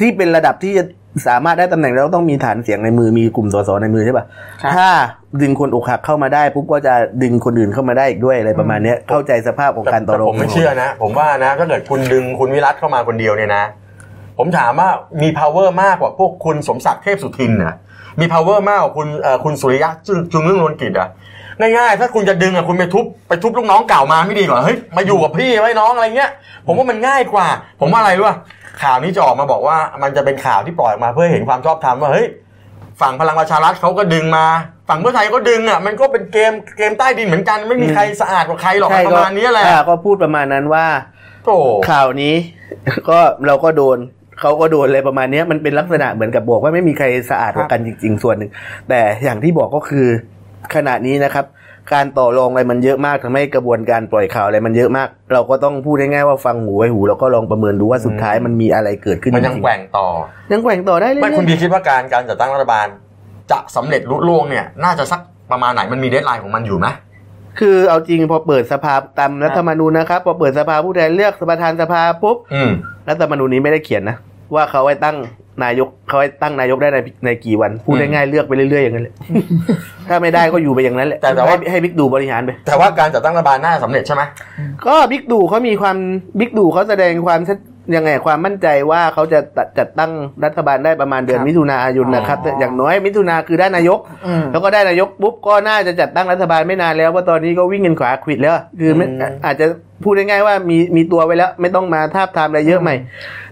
ที่เป็นระดับที่จะสามารถได้ตำแหน่งแล้วต้องมีฐานเสียงในมือมีกลุ่มสสในมือใช่ป่ะ ครับ ถ้าดึงคนอกหักเข้ามาได้ปุ๊บก็จะดึงคนอื่นเข้ามาได้อีกด้วยอะไรประมาณเนี้ยเข้าใจสภาพของ แต่ การต่อร แต่ อง ผมไม่เชื่อนะ ผมว่านะถ้าเกิดคุณดึงคุณวิรัตเข้ามาคนเดียวเนี่ยนะ ผมถามว่ามี power มากกว่าพวกคุณสมศักดิ์เทพสุทินนะมี power มากกว่าคุณเอ่อคุณสุริยะจึงจึงเรื่องนวลกิจอ่ะง่ายๆถ้าคุณจะดึงอ่ะคุณไปทุบไปทุบลูกน้องเก่ามาไม่ดีกว่าเฮ้ยมาอยู่กับพี่ไว้น้องอะไรเงี้ย ผมว่ามันง่ายกว่า ผมว่าอะไรรู้ป่ะข่าวนี้จะออกมาบอกว่ามันจะเป็นข่าวที่ปล่อยออกมาเพื่อเห็นความชอบธรรมว่าเฮ้ยฝั่งพลังประชารัฐเขาก็ดึงมา ฝั่งเพื่อไทยก็ดึงอ่ะมันก็เป็นเกมเกมใต้ดินเหมือนกันไม่มีใครสะอาดกว่าใครหรอก ใช่ ป ก็ ระมาณนี้แหละ อ่าก็พูดประมาณนั้นว่า โถ่ ข่าวนี้ ก็เราก็โดนเขาก็โดนอะไรประมาณเนี้ยมันเป็นลักษณะเหมือนกับบอกว่าไม่มีใครสะอาดกว่ากันจริง ๆ ส่วนหนึ่งแต่อย่างที่บอกก็คือขณะนี้นะครับ การต่อรองอะไรมันเยอะมากทำให้กระบวนการปล่อยข่าวอะไรมันเยอะมาก เราก็ต้องพูดง่ายๆว่าฟังหูไว้หูแล้วก็ลองประเมินดูว่าสุดท้ายมันมีอะไรเกิดขึ้น มันยังแกว่งต่อ จริงๆยังแกว่งต่อได้เลย ไม่คุณดีคิดว่าการการจัดตั้งรัฐบาล จะสำเร็จลุล่วงเนี่ย น่าจะสักประมาณไหนมันมีเดทไลน์ของมันอยู่ไหม คือเอาจริงพอเปิดสภาตามรัฐธรรมนูญนะครับพอเปิดสภาผู้แทนเลือกประธานสภาปุ๊บ อืม รัฐธรรมนูญนี้ไม่ได้เขียนนะ ว่าเขาให้ตั้งนายกเขาให้ตั้งนายกได้ในในกี่วัน พูด อืม ง่ายๆเลือกไปเรื่อยๆอย่าง นั้นเลย ถ้าไม่ได้ก็อยู่ไปอย่างนั้นแหละ แต่แต่ว่า ให้ให้บิ๊กดูบริหารไป แต่ว่าการจัดตั้งรัฐบาลน่าจะสำเร็จใช่ไหม ก็บิ๊กดูเขามีความบิ๊กดูเขาแสดงความชัดยังไงความมั่นใจว่าเขาจะจัดจัดตั้งรัฐบาลได้ประมาณเดือน ครับ มิถุนายนนะครับ อ๋อ แต่อย่างน้อยมิถุนาคือได้นายก อืม แล้วก็ได้นายกปุ๊บก็น่าจะจัดตั้งรัฐบาลไม่นานแล้วเพราะตอนนี้ก็วิ่งเงินขวาขวิดแล้วคือไม่ อืม อาจจะพูดง่ายๆว่ามีมีตัวไว้แล้ว ไม่ต้องมาทาบทามอะไรเยอะใหม่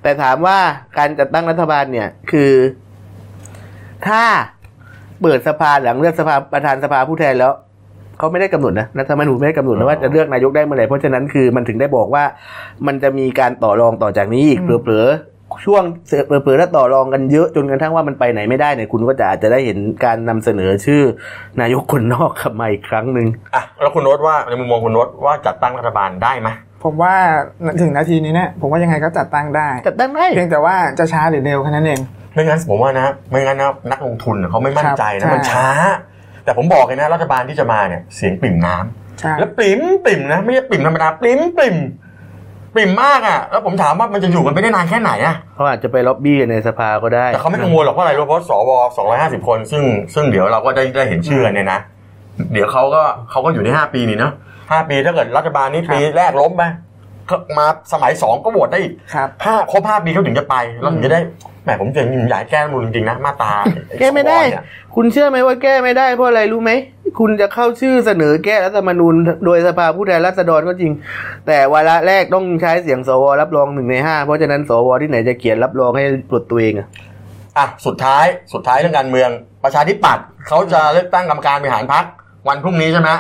แต่ถามว่าการจัดตั้งรัฐบาลเนี่ย คือ ถ้าเปิดสภาหลังเลือกสภาประธานสภาผู้แทนแล้วเขาไม่ได้กำหนดนะรัฐธรรมนูญไม่ได้กำหนดนะว่าจะเลือกนายกได้เมื่อไหร่เพราะฉะนั้นคือมันถึงได้บอกว่า มันจะมีการต่อรองต่อจากนี้อีก อืม เผลอๆช่วงเผลอๆถ้าต่อรองกันเยอะจนกระทั่งว่ามันไปไหนไม่ได้เนี่ยคุณก็จะอาจจะได้เห็นการนำเสนอชื่อนายกคนนอกกลับมาอีกครั้งหนึ่ง อ่ะแล้วคุณโน้ตว่าในมุมมองคุณโน้ตว่าจัดตั้งรัฐบาลได้ไหม ผมว่าถึงนาทีนี้เนี่ยผมว่ายังไงก็จัดตั้งได้ จัดตั้งได้ เพียงแต่ว่าจะช้าหรือเร็วแค่นั้นเอง ไม่งั้นผมว่านะไม่งั้นนะนักลงทุนเขาไม่มั่นใจ ครั นะ บ มันช้า แต่ผมบอกเลยนะรัฐบาลที่จะมาเนี่ยเสียงปริ่มน้ำ ใช่ แล้วปริ่มปริ่มนะไม่ใช่ปริ่มธรรมดาปริ่มปริ่มปริ่มมากอ่ะแล้วผมถามว่ามันจะอยู่กันไปได้นานแค่ไหนอ่ะ เขาอาจจะไปล็อบบี้กันในสภาก็ได้ แต่เขาไม่กังวลหรอกเพราะอะไรรู้เพราะสว250 คน ซึ่งซึ่งเดี๋ยวเราก็ได้ได้เห็นชื่อกันเนี่ยนะ เดี๋ยวเขาก็เขาก็อยู่ใน 5 ปีนี่เนาะ5 ปีถ้าเกิดรัฐบาลนี้ปีแรกล้มไป มาสมัยสองก็โหวตได้อีก ครับ ห้าครบห้าปีเขาถึงจะไปแล้วถึงจะได้แหมผมจะอยากให้แก้รัฐธรรมนูลจริงๆนะมาตราอ้ แก้ไม่ได้ สวเนี่ย คุณเชื่อไหมว่าแก้ไม่ได้เพราะอะไรรู้ไหม คุณจะเข้าชื่อเสนอแก้รัฐธรรมนูญโดยสภาผู้แทนราษฎรก็จริง แต่วาระแรกต้องใช้เสียงสวรับรองหนึ่งในห้าเพราะฉะนั้นสวที่ไหนจะเขียนรับรองให้ปลดตัวเองอะ อ่ะสุดท้ายสุดท้ายเรื่องการเมือง ประชาธิปัตย์เขาจะเลือกตั้งกรรมการบริหารพรรควันพรุ่งนี้ใช่ไหม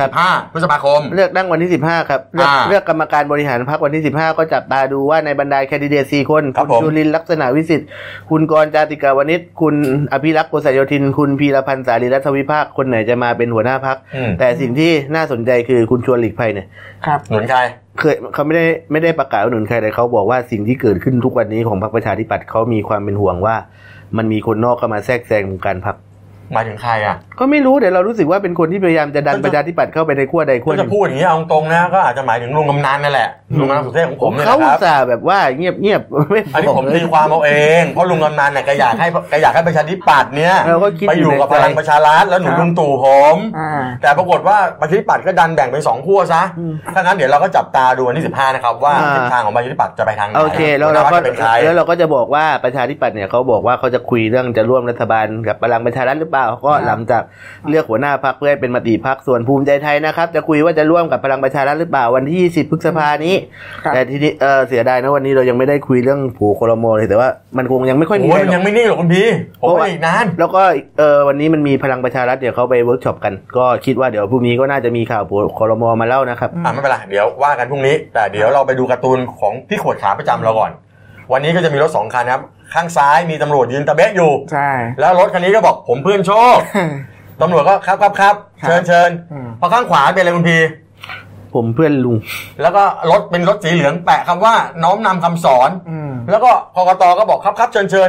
ครับห้าพฤษภาคม เลือกตั้งวันที่สิบห้าครับเลือก อ่า เลือกกรรมการบริหารพรรควันที่สิบห้าก็จับตาดูว่าในบรรดาแคนดิเดตสี่คน ครับ ณ ผม จุลินลักษณะวิสิทธิ์คุณกรณ์จาติกาวนิชคุณอภิรักษ์โกษโยธิน คุณพีรพันธ์สารีรัฐวิภาคคนไหนจะมาเป็นหัวหน้าพรรค อืม แต่สิ่งที่น่าสนใจคือคุณชวนหลีกภัยเนี่ย ครับ หนุนใคร เคยเขาไม่ได้ไม่ได้ประกาศว่าหนุนใครเลยเขาบอกว่าสิ่งที่เกิดขึ้นทุกวันนี้ของพรรคประชาธิปัตย์เขามีความเป็นห่วงว่า มันมีคนนอกเข้ามาแทรกแซงวงการพรรค หมายถึงใครอ่ะ ก็ไม่รู้แต่เรารู้สึกว่าเป็นคนที่พยายามจะดันประชาธิปัตย์เข้าไปในขั้วใดขั้ว ก็ ห จะ นึ่ง พูดอย่างนี้เอาตรงๆนะก็อาจจะหมายถึงลุงกำนันนั่นแหละลุงกำนันสุเทพของผมเนี่ย เขา นะ อุ ค ต รับ ส่าห์แบบว่าเงียบเงียบๆไม่ อันนี้ บอก ผม เล ตี ย ความเอาเองเพราะลุงกำนันเนี่ยแกอยากให้แกอยากให้ประชาธิปัตย์เนี่ย เราก็คิด ไป อ อยู่ ยู่กับ ในใจ พลังประชารัฐแล้วหนุน ครับ ลุงตู่ผม อ่า แต่ปรากฏว่าประชาธิปัตย์ก็ดันแบ่งเป็นสองขั้วซะถ้างั้นเดี๋ยวเราก็จับตาดูวันที่15นะครับว่า อ่า ทิศทางของประชาธิปัตย์จะไปทางไหน โอเคแล้วเรา หัวหน้พคจะก็เป็นใคร แล้วเราก็จะบอกว่าประชาธิปัตย์เนี่ยเขาบอกว่าเขาจะคุยเรื่องจะร่วมรัฐบาลกับพลังประชารัฐหรือเปล่าก็หลังจากเลือกหัวหน้าพรรคเพื่อให้เป็นมติพรรคส่วนภูมิใจไทยนะครับ จะคุยว่าจะร่วมกับพลังประชารัฐหรือเปล่าวันที่ 20พฤษภานี้ ครับ แต่ทีนี้เออเสียดายนะวันนี้เรายังไม่ได้คุยเรื่องผูโคลโมเลยแต่ว่ามันคงยังไม่ค่อยมี โอ้ยมันยังไม่นิ่งหรอกคุณพี่ผมว่าอีกนาน แล้วก็เออวันนี้มันมีพลังประชารัฐเดี๋ยวเขาไปเวิร์กช็อปกัน ก็คิดว่าเดี๋ยวพรุ่งนี้ก็น่าจะมีข่าวผูโคลโมมาเล่านะครับ อ่ะไม่เป็นไรเดี๋ยวว่ากันพรุ่งนี้ แต่เดี๋ยวเราไปดูการ์ตูนของพี่ขวดขาประจำเราก่อน วันนี้ก็จะมีรถสองคันครับ ข้างซ้ายมีตำรวจยืนตะเบะอยู่ ใช่ แล้วรถคันนี้ก็บอกผมเพื่อนโชคตำรวจก็ครับครับครับเชิญเชิญ อืม พอข้างขวาเป็นอะไรคุณพี ผมเพื่อนลุง แล้วก็รถเป็นรถสีเหลืองแปะคำว่าน้อมนำคำสอน อืม แล้วก็กกตก็บอกครับครับเชิญเชิญ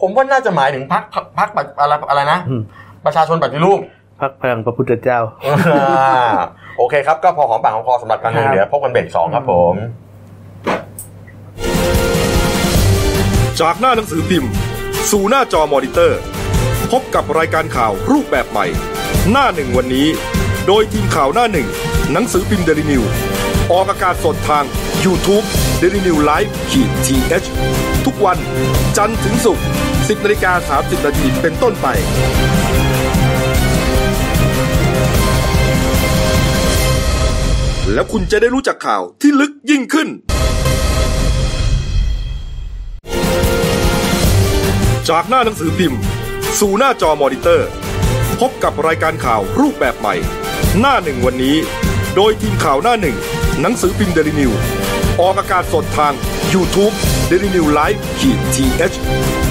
ผมว่าน่าจะหมายถึงพักพักอะไรอะไรนะ อืม ประชาชนปฏิรูป พรรคพลังพระพุทธเจ้า โอเคครับ ก็พอหอมปากหอมคอสำหรับการเมือง ครับ เดี๋ยวพบกันเบรกสองครับผม จากหน้าหนังสือพิมพ์ สู่หน้าจอมอนิเตอร์ พบกับรายการข่าวรูปแบบใหม่ หน้าหนึ่งวันนี้ โดยทีมข่าวหน้าหนึ่ง หนังสือพิมพ์เดลิวิวออกอากาศสดทาง y o u t u เด d ิวิวไลฟ์ขีดทีเทุกวันจันทร์ถึงศุกร์10นาฬิกา30นาทีเป็นต้นไป แล้วคุณจะได้รู้จักข่าวที่ลึกยิ่งขึ้น จากหน้าหนังสือพิมพ์ สู่หน้าจอมอนิเตอร์ พบกับรายการข่าวรูปแบบใหม่ หน้าหนึ่งวันนี้ โดยทีมข่าวหน้าหนึ่ง หนังสือพิมพ์เดลิวิวออกอากาศสดทาง y o u t u เด d ิวิวไลฟ์ขีดทีเ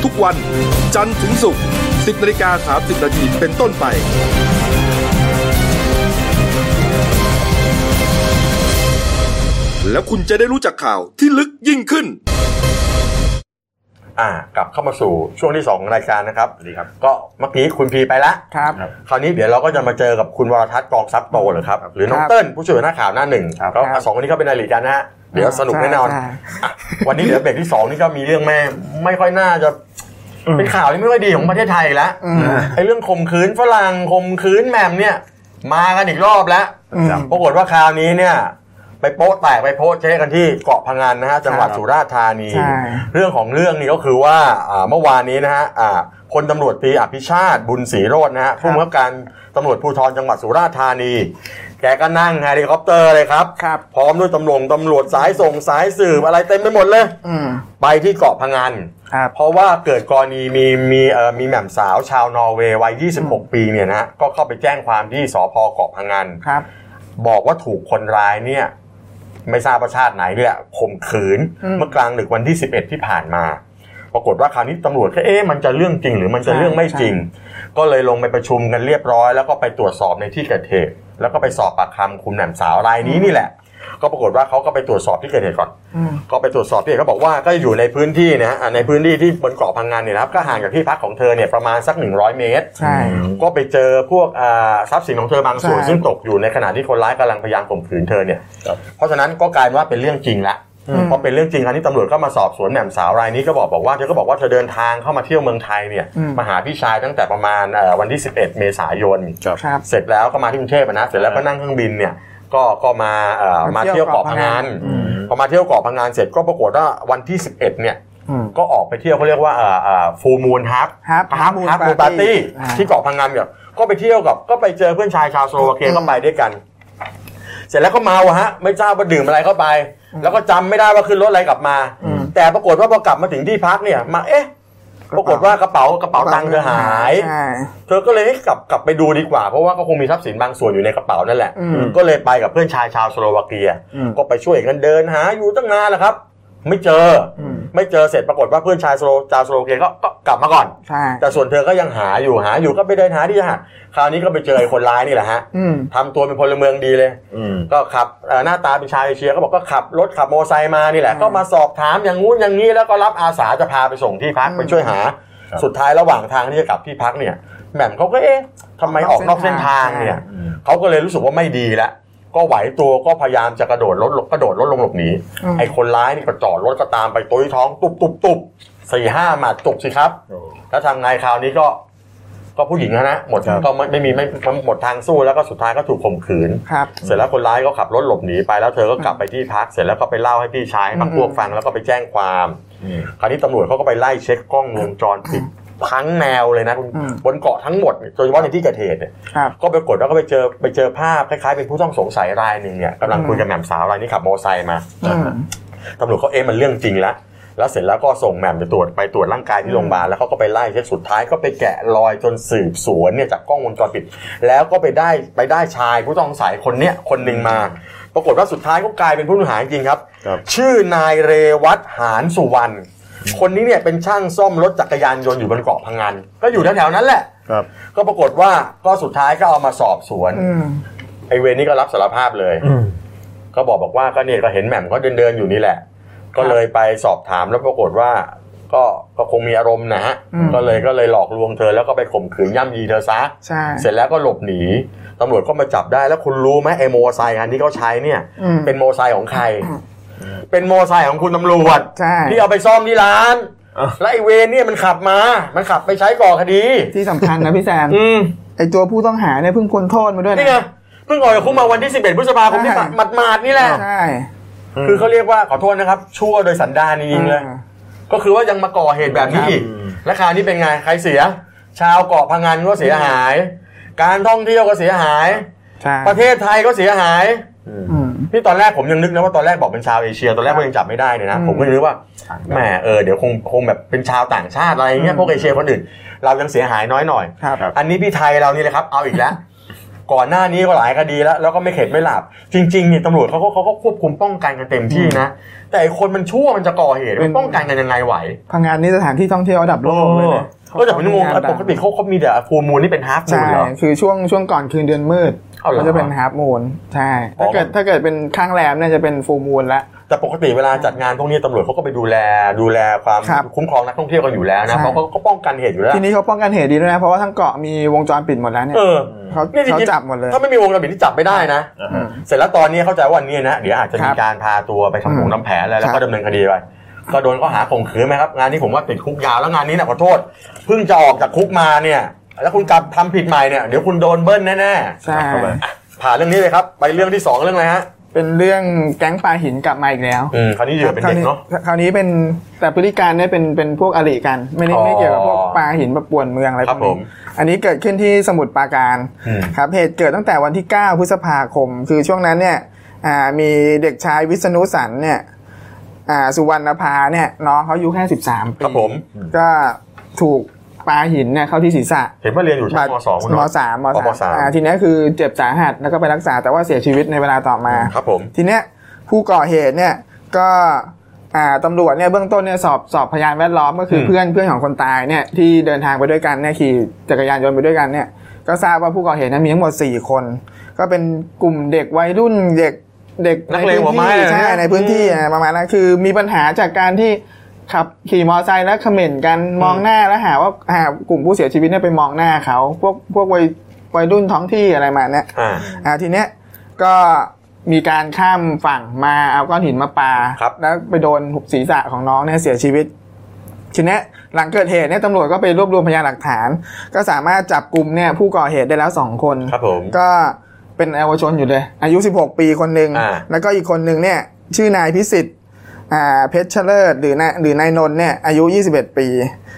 ทุกวันจันทร์ถึงศุกร์10นาฬิกา30นาทีเป็นต้นไป แล้วคุณจะได้รู้จักข่าวที่ลึกยิ่งขึ้น อ่ากลับเข้ามาสู่ช่วงที่สองของรายการนะครับดีครับ ก็เมื่อกี้คุณพีไปละ ครับ คราวนี้เดี๋ยวเราก็จะมาเจอกับคุณวรทัศน์กองซับโตเหรือครับ หรือน้อง ครับ เติ้ลผู้ช่วยหัวหน้าข่าวหน้าหนึ่ง ครับ ก็อ่ะสองคนนี้ก็เป็นอริกันนะฮะเดี๋ยวสนุกแน่นอน ใช่ อ่ะวันนี้เดี๋ยวเบรกที่สองนี่ก็มีเรื่องแม่ไม่ค่อยน่าจะเป็นข่าวที่ไม่ค่อยดีของประเทศไทยอีกแล้ว อืม ไอ้เรื่องข่มขืนฝรั่งข่มขืนแหม่มเนี่ย มากันอีกรอบแล้ว อืม ปรากฏว่าคราวนี้เนี่ย ไปโป๊ะแตกไปโป๊ะเช๊กันที่เกาะพะงันนะฮะจังหวัดสุราษฎร์ธานี ใช่ เรื่องของเรื่องนี้ก็คือว่าอ่าเมื่อวานนี้นะฮะอ่าพลตำรวจตรีอภิชาติบุญศรีโรจน์นะฮะผู้กำกับการตำรวจภูธรจังหวัดสุราษฎร์ธานี แกก็นั่งเฮลิคอปเตอร์เลยครับ ครับ พร้อมด้วยตำรวจตำรวจสายส่งสายสืบอะไรเต็มไปหมดเลย อืม ไปที่เกาะพะงัน ครับ เพราะว่าเกิดกรณีมีมีเอ่อมีแหม่มสาวชาวนอร์เวย์วัย 26 ปีเนี่ยนะฮะก็เข้าไปแจ้งความที่สพเกาะพะงัน ครับ บอกว่าถูกคนร้ายเนี่ย ไม่ทราบประชาติไหนเนี่ยข่มขืน อืม เมื่อกลางดึกวันที่ 11 ที่ผ่านมา ปรากฏว่าคราวนี้ตำรวจก็เอ๊ะมันจะเรื่องจริงหรือมันจะเรื่องไม่จริง ก็เลยลงไปประชุมกันเรียบร้อย แล้วก็ไปตรวจสอบในที่เกิดเหตุแล้วก็ไปสอบปากคำคุณแหม่มสาวรายนี้นี่แหละ ก็ปรากฏว่าเขาก็ไปตรวจสอบที่เกิดเหตุก่อน อืม ก็ไปตรวจสอบที่เกิดเหตุก็บอกว่าก็อยู่ในพื้นที่นะฮะอ่าในพื้นที่ที่บนเกาะพังงานเนี่ยนะครับก็ห่างจากที่พักของเธอเนี่ยประมาณสัก 100 เมตร ใช่ ก็ไปเจอพวกอ่าทรัพย์สินของเธอบางส่วน ใช่ ซึ่งตกอยู่ในขณะที่คนร้ายกำลังพยายามข่มขืนเธอเนี่ย ครับ เพราะฉะนั้นก็กลายว่าเป็นเรื่องจริงละ อืม พอเป็นเรื่องจริงคราวนี้ตำรวจก็มาสอบสวนแหม่มสาวรายนี้ก็บอกบอกว่าเธอก็บอกว่าเธอเดินทางเข้ามาเที่ยวเมืองไทยเนี่ยมาหาพี่ชายตั้งแต่ประมาณเอ่อวันที่ 11 เมษายน ครับ ครับ เสร็จแล้วก็มาที่กรุงเทพอะนะเสร็จแล้วก็นั่งเครื่องบินเนี่ยก็ก็มาเอ่อมา มาเที่ เที่ย ยว ว เกาะ เกาะ พะ พะงั งัน นอืม พอมาเที่ยวเกาะพังงานเสร็จก็ปรากฏว่าวันที่ 11 เนี่ย อืม ก็ออกไปเที่ยวเขาเรียกว่าอ่าอ่าฟูมูลฮับ Half- ฮับ Half Moon ฮับมู Party ปาร์ตี้ อ่า ที่เกาะพังงานเนี่ยก็ไปเที่ยวกับก็ไปเจอเพื่อนชายชาวสโลวาเกียก็ไปด้วยกัน เสร็จแล้วก็เมาอะฮะ ไม่ทราบว่าดื่มอะไรเข้าไป แล้วก็จำไม่ได้ว่าขึ้นรถอะไรกลับมา แต่ปรากฏว่าพอกลับมาถึงที่พักเนี่ย มาเอ๊ะ ปรากฏว่ากระเป๋ากระเป๋าตังค์เธอหาย ใช่ เธอก็เลยให้กลับกลับไปดูดีกว่า เพราะว่าก็คงมีทรัพย์สินบางส่วนอยู่ในกระเป๋านั่นแหละ อืม ก็เลยไปกับเพื่อนชายชาวสโลวาเกีย อืม ก็ไปช่วยกันเดินหาอยู่ตั้งนานแหละครับ ไม่เจออ ม ไม่เจอเสร็จปรากฏว่าเพื่อนชายสโลชาวสโลวาเกียก็ก็กลับมาก่อน ใช่ แต่ส่วนเธอก็ยังหาอยู่หาอยู่ก็ไปเดินหาที่หาดคราวนี้ก็ไปเจอไอ้คนร้ายนี่แหละฮะ อืม ทำตัวเป็นพลเมืองดีเลย อืม ก็ขับเอ่อหน้าตาเป็นชาวเอเชียก็บอกก็ขับรถขับมอเตอร์ไซค์มานี่แหละ อืม ก็มาสอบถามอย่างงู้นอย่างนี้แล้วก็รับอาสาจะพาไปส่งที่พัก อืม ไปช่วยหา ครับ สุดท้ายระหว่างทางที่จะกลับที่พักเนี่ยแหม่มเขาก็เอ๊ะทำไมออกนอกเส้นทางเนี่ย อืม เขาก็เลยรู้สึกว่าไม่ดีแล้วก็ไหวตัวก็พยายามจะกระโดดรถหลบกระโดดรถลงหลบหนี อืม ไอ้คนร้ายนี่ก็จอดรถก็ตามไปตุ้ยท้องตุบตุบตุบสี่ห้าหมัดจุกสิครับ โอ้ แล้วทำไงคราวนี้ก็ก็ผู้หญิงนะนะหมด ครับ ก็ไม่ไม่มีไม่ไม่หมดทางสู้แล้วก็สุดท้ายก็ถูกข่มขืน ครับ เสร็จแล้วคนร้ายก็ขับรถหลบหนีไปแล้วเธอก็กลับไปที่พักเสร็จแล้วก็ไปเล่าให้พี่ชายกับพวกฟังแล้วก็ไปแจ้งความ อืม คราวนี้ตำรวจเขาก็ไปไล่เช็คกล้องวงจรปิดทั้งแนวเลยนะคุณ อืม บนเกาะทั้งหมดเนี่ยโดยเฉพาะในที่เกิดเหตุเนี่ย ครับ ก็ปรากฏว่าก็ไปเจอไปเจอภาพคล้ายๆเป็นผู้ต้องสงสัยรายหนึ่งเนี่ยกำลังคุยกับแหม่มสาวรายนี้ขับมอเตอร์ไซค์มา อืม ตำรวจเขาเอ๊ะมันเรื่องจริงแล้วแล้วเสร็จแล้วก็ส่งแหม่มไปตรวจไปตรวจร่างกายที่โรงพยาบาลแล้วเขาก็ไปไล่เช็คสุดท้ายก็ไปแกะรอยจนสืบสวนเนี่ยจากกล้องวงจรปิด แล้วก็ไปได้ไปได้ชายผู้ต้องสงสัยคนเนี้ยคนหนึ่งมา ปรากฏว่าสุดท้ายก็กลายเป็นผู้ต้องหาจริงๆครับ ครับ ชื่อนายเรวัตหานสุวรรณคนนี้เนี่ยเป็นช่างซ่อมรถจักรยานยนต์อยู่บนเกาะพังงานก็อยู่แถวๆนั้นแหละ ครับ ก็ปรากฏว่าก็สุดท้ายก็เอามาสอบสวน อืม ไอเวรนี่ก็รับสารภาพเลย อืม ก็บอกบอกว่าก็เนี่ยก็เห็นแหม่มก็เดินเดินๆอยู่นี่แหละ ก็เลยไปสอบถามแล้วปรากฏว่า ก็ก็คงมีอารมณ์นะฮะ อืม ก็เลยก็เลยหลอกลวงเธอแล้วก็ไปข่มขืนย่ำยีเธอซะ ใช่ เสร็จแล้วก็หลบหนีตำรวจก็มาจับได้แล้วคุณรู้ไหมไอ้โมไซค์คันที่เขาใช้เนี่ย อืม เป็นโมไซค์ของใคร เป็นโมไซค์ของคุณตำรวจ ใช่ ที่เอาไปซ่อมที่ร้าน อ่ะ แล้วไอ้เวรเนี่ยมันขับมา มันขับไปใช้ก่อคดี ที่สำคัญนะพี่แซม อืม ไอตัวผู้ต้องหาเนี่ยเพิ่งพ้นโทษมาด้วย นี่ไง นะ เพิ่งออกจากคุกมาวันที่ 11พฤษภาคมที่ ใช่ หมาดๆนี่แหละ ใช่ คือเขาเรียกว่าขอโทษนะครับ ชั่วโดยสันดานจริงๆเลย อ่า ก็คือว่ายังมาก่อเหตุแบบนี้อีก อืม และคราวนี้เป็นไงใครเสีย ชาวเกาะพังงานก็เสียหาย การท่องเที่ยวก็เสียหาย ใช่ ประเทศไทยก็เสียหาย อืม อืม นี่ตอนแรกผมยังนึกนะว่าตอนแรกบอกเป็นชาวเอเชีย ตอนแรกก็ยังจับไม่ได้เนี่ยนะ อืม ผมก็นึกว่าแหมเออเดี๋ยวคงคงแบบเป็นชาวต่างชาติอะไรอย่างเงี้ยพวกเอเชียคนอื่น เรายังเสียหายน้อยหน่อย ครับ อันนี้พี่ไทยเรานี่แหละครับ เอาอีกแล้ว ก่อนหน้านี้ก็หลายคดีแล้ว แล้วก็ไม่เข็ดไม่หลับ จริงๆเนี่ยตำรวจเขาก็เขาก็ควบคุมป้องกันกันเต็มที่นะ แต่ไอ้คนมันชั่วมันจะก่อเหตุมันป้องกันกันยังไงไหว พังงานนี่สถานที่ท่องเที่ยวระดับโลกเลยนะ เออแต่ผมยังงงปกติเขาเขามีแต่ฟูมูลนี่เป็นฮาร์ฟมู ใช่ ลเหรอ คือช่วงช่วงก่อนคืนเดือนมืด เอาเหรอ ก็จะเป็นฮาร์ปมูนใช่ อ๋อ ถ้าเกิดถ้าเกิดเป็นข้างแรมเนี่ยจะเป็นฟูมูลละ แต่ปกติเวลาจัดงานพวกนี้ตำรวจเขาก็ไปดูแลดูแลความ ครับ คุ้มครองนักท่องเที่ยวกันอยู่แล้วนะ ใช่ เพราะเขาก็ป้องกันเหตุอยู่แล้ว ทีนี้เขาป้องกันเหตุดีด้วยนะ เพราะว่าทั้งเกาะมีวงจรปิดหมดแล้วเนี่ย เออ เขา นี่จริง เขา ๆ จับหมดเลย ถ้าไม่มีวงจรปิดที่จับไม่ได้นะ อ่า อื ฮะ ม เสร็จแล้วตอนนี้เข้าใจว่าวันนี้นะเดี๋ยวอาจจะ ค มี รับ การพาตัวไปทำผงทำแผนอะไรแล้ว ครั ก็ บ ดำเนินคดีไปก็โดนข้อหาข่มขืนไหมครับ งานนี้ผมว่าติดคุกยาวแล้วงานนี้นะขอโทษเพิ่งจะออกจากคุกมาเนี่ย แล้วคุณกลับทำผิดใหม่เนี่ยเดี๋ยวคุณโดนเบิ้ลแน่ ใช่ เข้าไป ๆผ่านเรื่องนี้เลยครับไปเรื่องที่สองเรื่องอะไรฮะ เป็นเรื่องแก๊งปลาหินกลับมาอีกแล้ว อืมคราวนี้เหยื่อเป็นเด็กเนาะ คราวคราวนี้เป็นแต่พฤติการเนี่ยเป็นเป็นพวกอริกันไม่ได้ อ๋อ ไม่เกี่ยวกับพวกปลาหินมาป่วนเมืองอะไรพวก ครับผ นี้ ม อันนี้เกิดขึ้นที่สมุทรปราการ อืม ครับเหตุเกิดตั้งแต่วันที่ 9 พฤษภาคม คือช่วงนั้นเนี่ยอ่ามีเด็กชายวิษณุสันเนี่ยอ่าสุวรรณภาเนี่ยน้องเขาอายุแค่ 13 ปี ครับผม ก็ถูกปลาหินเนี่ยเข้าที่ศีรษะ เห็นว่าเรียนอยู่ชั้นมสองคุณ ม เนาะ สามม อ๋อม สา สาม ม อ่าทีเนี้ยคือเจ็บสาหัสแล้วก็ไปรักษาแต่ว่าเสียชีวิตในเวลาต่อมา ครับผม ทีเนี้ยผู้ก่อเหตุเนี่ยก็อ่าตำรวจเนี่ยเบื้องต้นเนี่ยสอบสอบพยานแวดล้อมก็คืออ ม เพื่อนเพื่อนของคนตายเนี่ยที่เดินทางไปด้วยกันเนี่ยขี่จักรยานยนต์ไปด้วยกันเนี่ยก็ทราบว่าผู้ก่อเหตุเนี่ยมีทั้งหมด 4 คน ก็เป็นกลุ่มเด็กวัยรุ่นเด็กเด็ก นักเลง ใพื้ หัวไม้ ที่ เลยนะ ใช่ในพื้นที่อ่ะประมาณนั้นคือมีปัญหาจากการที่ขับขี่มอเตอร์ไซค์แล้วเขม่นกันมองหน้าแล้วหาว่าหากลุ่มผู้เสียชีวิตเนี่ยไปมองหน้าเขาพวกพวกวัยวัยรุ่นท้องที่อะไรมาเนี่ย อ่า อ่าทีเนี้ยก็มีการข้ามฝั่งมาเอาก้อนหินมาปา ครับ แล้วไปโดนหุบศีรษะของน้องเนี่ยเสียชีวิต ทีเนี้ยหลังเกิดเหตุเนี่ยตำรวจก็ไปรวบรวมพยานหลักฐาน ก็สามารถจับกลุ่มเนี่ยผู้ก่อเหตุได้แล้วสองคน ครับผม ก็เป็นเยาวชนอยู่เลย อายุ 16 ปีคนหนึ่ง อ่า แล้วก็อีกคนหนึ่งเนี่ย ชื่อนายพิสิทธิ์อ่าเพชรเชลิศหรือนายหรือนายนนท์เนี่ยอายุ 21 ปี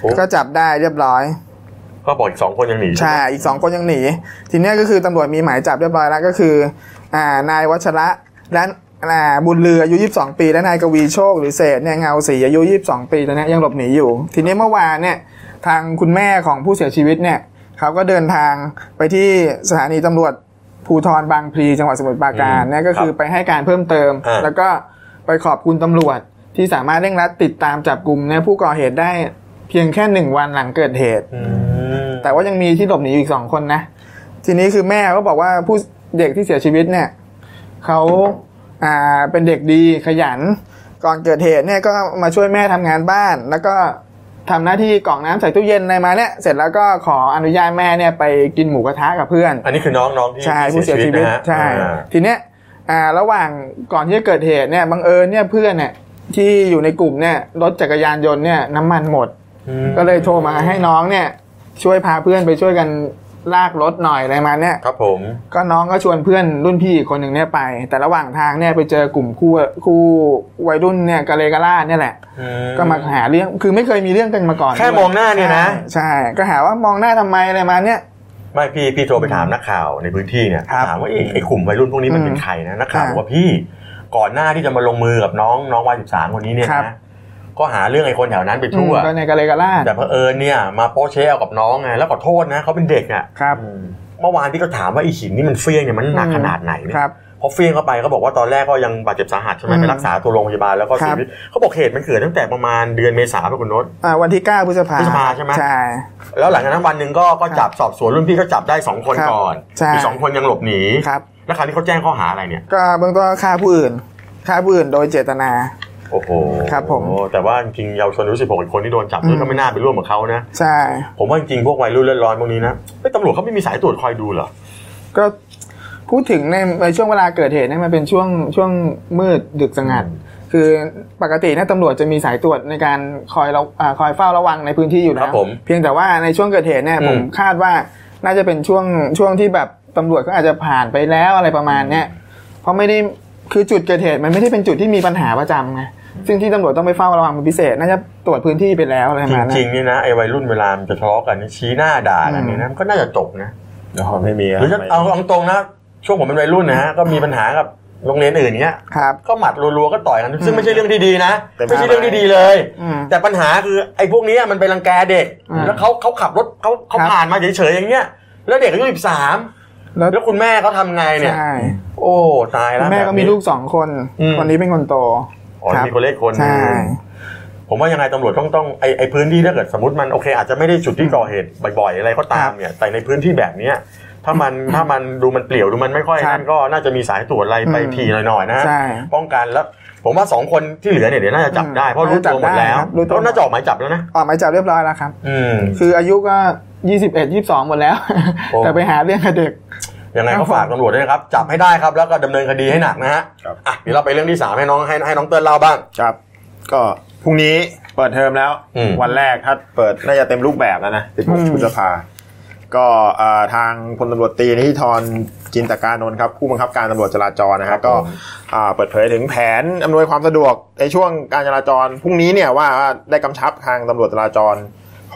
โอ้ ก็จับได้เรียบร้อย ก็บอกอีกสองคนยังหนี ใช่ อีกสองคนยังหนี ทีเนี้ยก็คือตำรวจมีหมายจับเรียบร้อยแล้วก็คือ อ่านายวัชระและอ่าบุญเรืออายุ 22 ปี และนายกวีโชคหรือเศษเนี่ยเงาสีอายุ 22 ปีตอนเนี้ยยังหลบหนีอยู่ ทีนี้เมื่อวานเนี่ยทางคุณแม่ของผู้เสียชีวิตเนี่ยเขาก็เดินทางไปที่สถานีตำรวจภูธรบางพลีจังหวัดสมุทรปราการเนี่ยก็คือไปให้การเพิ่มเติม า แล้วก็ไปขอบคุณตำรวจที่สามารถเร่งรัดติดตามจับกลุ่มเนี่ยผู้ก่อเหตุได้เพียงแค่หนึ่งวันหลังเกิดเหตุ อืม แต่ว่ายังมีที่หลบหนีอยู่อีกสองคนนะ ทีนี้คือแม่ก็บอกว่าผู้เด็กที่เสียชีวิตเนี่ยเขาอ่าเป็นเด็กดีขยัน ก่อนเกิดเหตุเนี่ยก็มาช่วยแม่ทำงานบ้าน แล้วก็ทำหน้าที่กรอกน้ำใส่ตู้เย็นอะไรมาเนี่ยเสร็จแล้วก็ขออนุญาตแม่เนี่ยไปกินหมูกระทะกับเพื่อน อันนี้คือน้องน้องๆที่ ใช่ผู้เสียชีวิต นะฮะ ใช่ อ่า ทีเนี้ยอ่าระหว่างก่อนที่จะเกิดเหตุเนี่ยบังเอิญเนี่ยเพื่อนเนี่ยที่อยู่ในกลุ่มเนี่ยรถจักรยานยนต์เนี่ยน้ำมันหมด อืม ก็เลยโทรมาให้น้องเนี่ย ช่วยพาเพื่อนไปช่วยกันลากรถหน่อยอะไรมาเนี่ย ครับผม ก็น้องก็ชวนเพื่อนรุ่นพี่อีกคนหนึ่งเนี่ยไป แต่ระหว่างทางเนี่ยไปเจอกลุ่มคู่คู่วัยรุ่นเนี่ยกะเลกะล่าเนี่ยแหละ ก็มาหาเรื่องคือไม่เคยมีเรื่องกันมาก่อน แค่มองหน้าเนี่ยนะ ใช่ ก็หาว่ามองหน้าทำไมอะไรมาเนี่ย ไม่พี่พี่โทรไปถามนักข่าวในพื้นที่เนี่ย ครับ ถามว่าไอ้ไอ้กลุ่มวัยรุ่นพวกนี้มัน อืม เป็นใครนะนักข่าว ครับ บอกว่าพี่ก่อนหน้าที่จะมาลงมือกับน้องน้องวัยสิบสามคนนี้เนี่ย ครับ นะก็หาเรื่องไอ้คนแถวนั้นไปทั่ว อืมก็ในกะเลกะล่า แต่เผอิญเนี่ยมาโป๊ะเชะเอากับน้องไงแล้วขอโทษนะเขาเป็นเด็กอ่ะ ครับ เมื่อวานที่เขาถามว่าไอ้หินนี่มันเฟี้ยงเนี่ยมันหนักขนาดไหนเนี่ย ครับ พอเฟี้ยงเข้าไปเขาบอกว่าตอนแรกก็ยังบาดเจ็บสาหัสใช่ไหม อืม ไปรักษาตัวโรงพยาบาลแล้วก็เสีย ครับ ชีวิตเขาบอกเหตุมันเกิดตั้งแต่ประมาณเดือนเมษาไปคุณโนต อ่าวันที่9พฤษภา พฤษภาใช่ไหม ใช่ แล้วหลังจากนั้นวันหนึ่งก็ก็จับสอบสวนรุ่นพี่ก็จับได้สองคน ครับ ก่อน ใช่ อีกสองคนยังหลบหนี ครับ แล้วคราวนี้เขาแจ้งข้อหาอะไรเนี่ย ก็เบื้องต้นฆ่าผู้อื่นฆ่าผู้อื่นโดยเจตนา โอ้โห ครับผม แต่ว่าจริงๆเยาวชนอายุ16อีกคนที่โดนจับด้ว อื ย ม ก็ไม่น่าไปร่วมกับเขานะ ใช่ ผมว่าจริงๆพวกวัยรุ่นเล่นร้อนพวกนี้นะเอ้ยตำรวจเขาไม่มีสายตรวจคอยดูเหรอ ก็พูดถึงในในช่วงเวลาเกิดเหตุเนี่ยมันเป็นช่วงช่วงมืดดึกสงัด คือปกติเนี่ยตำรวจจะมีสายตรวจในการคอยเราอ่าคอยเฝ้าระวังในพื้นที่อยู่ ค แล้ รั ว บผม เพียงแต่ว่าในช่วงเกิดเหตุเนี่ย อืม ผมคาดว่าน่าจะเป็นช่วงช่วงที่แบบตำรวจก็อาจจะผ่านไปแล้วอะไรประมาณเนี้ยเพราะไม่ได้คือจุดเกิดเหตุมันไม่ได้เป็นจุดที่มีปัญหาประจำไงซึ่งที่ตำรวจต้องไปเฝ้าระวังเป็นพิเศษ น่าจะตรวจพื้นที่ไปแล้วอะไรประ จ มาณนั้น ริงๆเนี่ยนะไอ้วัยรุ่นเวลามันจะทะเลาะกันเนี่ยชี้หน้าด่ากันเนี่ยนะมันก็น่าจะจบนะ อ๋อไม่มี หรือจะ ไม่ เอาเอาตรงนะ ช่วงผมเป็นวัยรุ่นนะฮะก็มีปัญหากับโรงเรียนอื่นเนี้ย ครับ ก็หมัดรัวๆก็ต่อยกันซึ่งไม่ใช่เรื่องที่ดีนะ แต่ไม่ ไม่ใช่เรื่องที่ดีเลย อืม แต่ปัญหาคือไอ้พวกเนี้ยมันไปรังแกเด็ก อืม แล้วเขาเขาขับรถเขาเขา ครับ ผ่านมาเฉยๆอย่างเงี้ยแล้วเด็กอายุสิบสาม แล้ว แล้วคุณแม่เขาทำไงเนี่ย ใช่ โอ้ตาย คุ แล้ว ณแม่ก็มีลูกสองคน อืม คนนี้เป็นคนโต อ๋อ ครับ มีคนเล็กคนหนึ่ง ใช่ ผมว่ายังไงตำรวจต้องต้องไอไอพื้นที่ถ้าเกิดสมมติมันโอเค อาจจะไม่ได้จุดที่ก่อเหตุบ่อยๆอะไรก็ตามเนี่ยแต่ในพื้นที่แบบเนี้ยถ้ามันถ้ามันดูมันเปลี่ยวดูมันไม่ค่อย ครับ นั่นก็น่าจะมีสายตรวจอะไรไป อืม ทีหน่อยๆนะ ใช่ ป้องกันแล้ว ผมว่าสองคนที่เหลือเนี่ยเดี๋ยวน่าจะจับได้ เพราะรู้ตัวหมดแล้ว น่าจะจับได้ครับรู้ตัว แล้วน่าจะออกหมายจับแล้วนะ ออกหมายจับเรียบร้อยแล้วครับ อืม คืออายุก็ยี่สิบเอ็ดยี่สองหมดแล้ว โอ้ แต่ไปหาเรื่องกับเด็ก ยังไง ครั ก็ บผม ฝากตำรวจด้วยนะครับ จับให้ได้ครับแล้วก็ดำเนินคดีให้หนักนะฮะ ครับ อ่ะเดี๋ยวเราไปเรื่องที่สามให้น้องให้ให้น้องเติ้ลเล่าบ้าง ครับ ก็พรุ่งนี้เปิดเทอมแล้ว อืม วันแรกถ้าเปิดน่าจะเต็มรูปแบบแล้วนะ อืม 16พฤษภาก็เอ่อทางพลตำรวจตรีนิธิธรจินตการนนท์ครับ ผู้บังคับการตำรวจจราจรนะครับก็อ่าเปิดเผยถึงแผนอำนวยความสะดวกในช่วงการจราจรพรุ่งนี้เนี่ยว่าได้กำชับทางตำรวจจราจร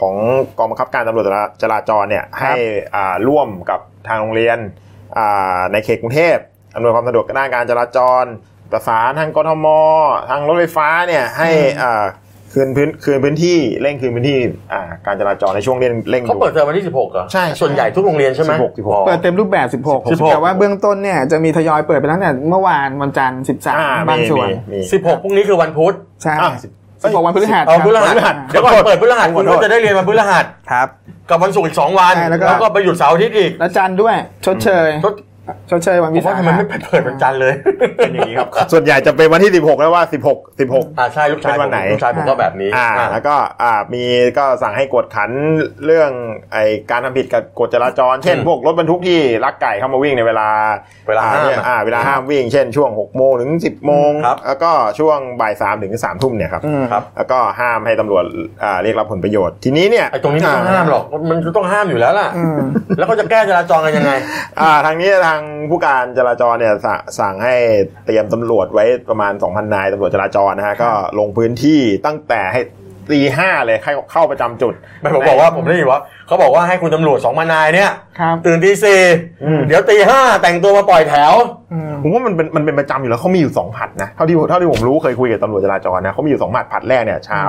ของกองบังคับการตำรวจจราจรเนี่ยให้อ่าร่วมกับทางโรงเรียนอ่าในเขตกรุงเทพอำนวยความสะดวกด้านการจราจร ประสานทางกทมทางรถไฟฟ้าเนี่ยให้อ่าคืนพื้นคืนพื้นที่เร่งคืนพื้นที่อ่าการจราจรในช่วงเร่งเร่ง เขา ด่วน เปิดเทอมวันที่ 16เหรอ ใช่ ส่วนใหญ่ทุกโรงเรียนใช่ไหม 16 เปิดเต็มรูปแบบ 16 16 แต่ว่าเบื้องต้นเนี่ยจะมีทยอยเปิดไปตั้งแต่เมื่อวานวันจันทร์ อ่า 13 มี บางส่วน มีมี 16 พรุ่งนี้คือวันพุธ ใช่ อ่า สิบหกวันพฤหัส เอาพฤหั คบ สเดี๋ยวก่อนเปิดพฤหัสคุณก็จะได้เรียนวันพฤหัส ครับ กับวันศุกร์อีก 2 วัน ใช่แล้วก็ แล้วก็ไปหยุดเสาร์อาทิตย์อีก แล้วจันทร์ด้วย ชดเชย ก็ ชดเชยวัน ผ วิ ม สา ว่าทำไม ขะ ไม่เปิดวันจันทร์เลย เป็นอย่างนี้ครับ ส่วนใหญ่จะเป็นวันที่ 16 แล้วว่า 16 16 อ่าใช่ลูกชาย เป็นวันไหน ผมลูกชายผมก็แบบนี้ อ่า อ่า แล้วก็อ่ามีก็สั่งให้กวดขันเรื่องไอการทำผิดกับกฎจราจร เช่น อืม พวกรถบรรทุกที่ลักไก่เข้ามาวิ่งในเวลา เวลาห้าม เนี่ยอ่าเวลาห้ามวิ่ง เช่นช่วง6โมงถึง 10 โมง ครับ แล้วก็ช่วงบ่าย3ถึง3ทุ่มเนี่ยครับ อืม ครับ แล้วก็ห้ามให้ตำรวจอ่าเรียกรับผลประโยชน์ ทีนี้เนี่ย ไอ้ตรงนี้ไม่ต้องห้ามหรอกมันก็ต้องห้ามอยู่แล้วล่ะ อืม แล้วก็จะแก้จราจรกันยังไง อ่าทางนี้ทาง างผู้การจราจรเนี่ยสสั่งให้เตรียมตำรวจไว้ประมาณ 2,000 นายตำรวจจราจรนะฮะก็ลงพื้นที่ตั้งแต่ให้ตีห้าเลยเข้าเข้าประจำจุด ไม่ผมบอกว่าผมได้ยินว่าเขาบอกว่าให้คุณตำรวจสองมานายเนี่ย ครับ ตื่นตีสี่ อืม เดี๋ยวตีห้าแต่งตัวมาปล่อยแถว อืม ผมว่ามันเป็นมันเป็นประจำอยู่แล้วเขามีอยู่สองผัดนะเท่าที่เท่าที่ผมรู้เคยคุยกับตำรวจจราจรนะเขามีอยู่สองผัดผัดแรกเนี่ยเช้า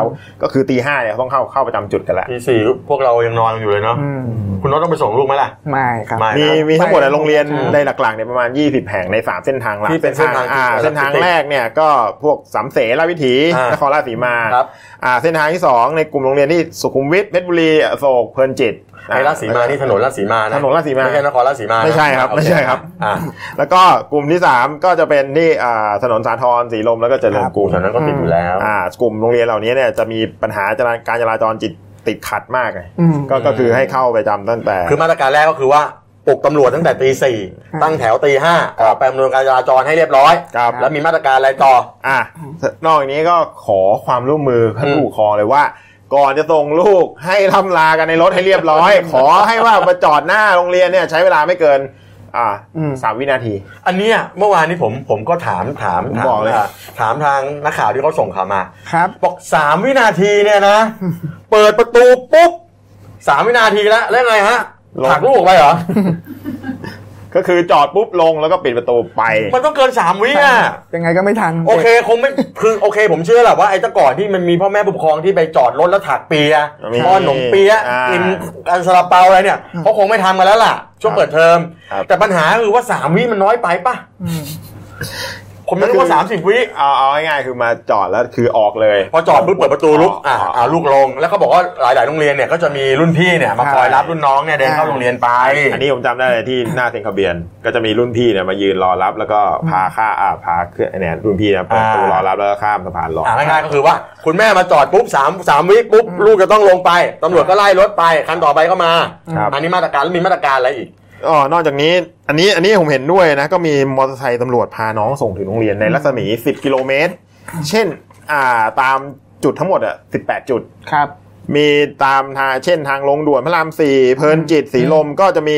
ก็คือตีห้าเนี่ยเขาต้องเข้าเข้าประจำจุดกันแหละ ตีสี่พวกเรายังนอนกันอยู่เลยเนาะ อืม คุณโน้องต้องไปส่งลูกไหมล่ะ ไม่ครับ ไม่นะ มีมีทั้งหมดอะโรงเรียน ใช่ ในหลักๆเนี่ยประมาณ 20 แห่งใน 3 เส้นทางหลัก ที่เป็นเส้นทาง อ่า ที่ เส้นทางแรกเนี่ยก็พวกสามเสราชวิถี อ่าน นครราชสีมา ครับ อ่าเส้นทางที่สองในกลุ่มโรงเรียนที่สุขุมวิทเพชรบุรีอโศกเพลินจิต ไอ้ราชสีมานี่ถนนราชสีมานะ ถนนราชสีมา ไม่ใช่นครราชสีมานะ ไม่ใช่ครับ โอเ ไม่ใช่ครับ อ่า แล้วก็กลุ่มที่สามก็จะเป็นที่อ่าถนนสาทรสีลมแล้วก็เจริญก กู รุง แถวนั้นก็ติดอยู่แล้ว อ่ากลุ่มโรงเรียนเหล่านี้เนี่ยจะมีปัญหาจราการจราจรจิตติดขัดมากไง อืม ก็ก็คือให้เข้าไปจำตั้งแต่ คือมาตรการแรกก็คือว่าปลุกตำรวจตั้งแต่ตีสี่ตั้งแถวตีห้าออกไปอำนวยการจราจรให้เรียบร้อย ครับ แล้วมีมาตรการอะไรต่อ อ่ะนอกจากนี้ก็ขอความร่วมมือท่านผู้ปกครองเลยว่า ก่อนจะส่งลูกให้ล่ำลากันในรถให้เรียบร้อย ขอให้ว่ามาจอดหน้าโรงเรียนเนี่ยใช้เวลาไม่เกิน อ่า อืม สามวินาที อันเนี้ยเมื่อวานนี้ผมผมก็ถามถาม ผม ถาม บอกเลย อ่าถามทางนักข่าวที่เขาส่งข่าวมา ครับ บอกสามวินาทีเนี่ย นะ เปิดประตูปุ๊บสามวินาทีแล้วแล้วไงฮะ ลง ผลักลูกออกไปเหรอ ก็คือจอดปุ๊บลงแล้วก็ปิดประตูไป มันต้องเกินสามวิอ่ะ ยังไงก็ไม่ทัน โอเคคงไม่คือโอเค ผมเชื่อแหละว่าไอ้แตะก่อนที่มันมีพ่อแม่ผู้ปกครองที่ไปจอดรถแล้วถักเปียะ มี ป้อนขนมเปียะ อ่ากิ กินอันซาลาเปาอะไรเนี่ยเขาคงไม่ทำกันแล้วล่ะ ช่วงเปิดเทอม ครับ แต่ปัญหาคือว่าสามวิมันน้อยไปป่ะผมนึก ก็คือ ว่าสามสิบวิ เอาเอาง่ายๆคือมาจอดแล้วคือออกเลย พอจอดปุ๊บเปิดประตูลุกอ่า อ๋ออ่ ลูกลง แล้วก็บอกว่าหลาย ๆ โรงเรียนเนี่ยก็จะมีรุ่นพี่เนี่ยมาคอยรับรุ่นน้องเนี่ยเดินเข้าโรงเรียนไป อันนี้ผมจำได้เลยที่หน้าเซ็นคาเบียน ก็จะมีรุ่นพี่เนี่ยมายืนรอรับแล้วก็พาข้าอ่าพาเครื่องเนี่ยรุ่นพี่นะเปิดประตู อ่ารร อรับแล้วก็ข้ามสะพานลอย อ่าง่ายๆก็คือว่า คุณแม่มาจอดปุ๊บสามสามวิปุ๊บลูกจะต้องลงไปตำรวจก็ไล่รถไปคันต่อไปก็มา ครับ อันนี้มาตรการแล้วมีมาตรการอะไรอีก อ๋อนอกจากนี้อันนี้อันนี้ผมเห็นด้วยนะ ก็มีมอเตอร์ไซค์ตำรวจพาน้องส่งถึงโรงเรียนในรัศมี 10 กิโลเมตร เช่นอ่าตามจุดทั้งหมดอ่ะ18 จุด ครับ มีตามทางเช่นทางลงด่วนพระรามสี่เพลินจิตสีลมก็จะมี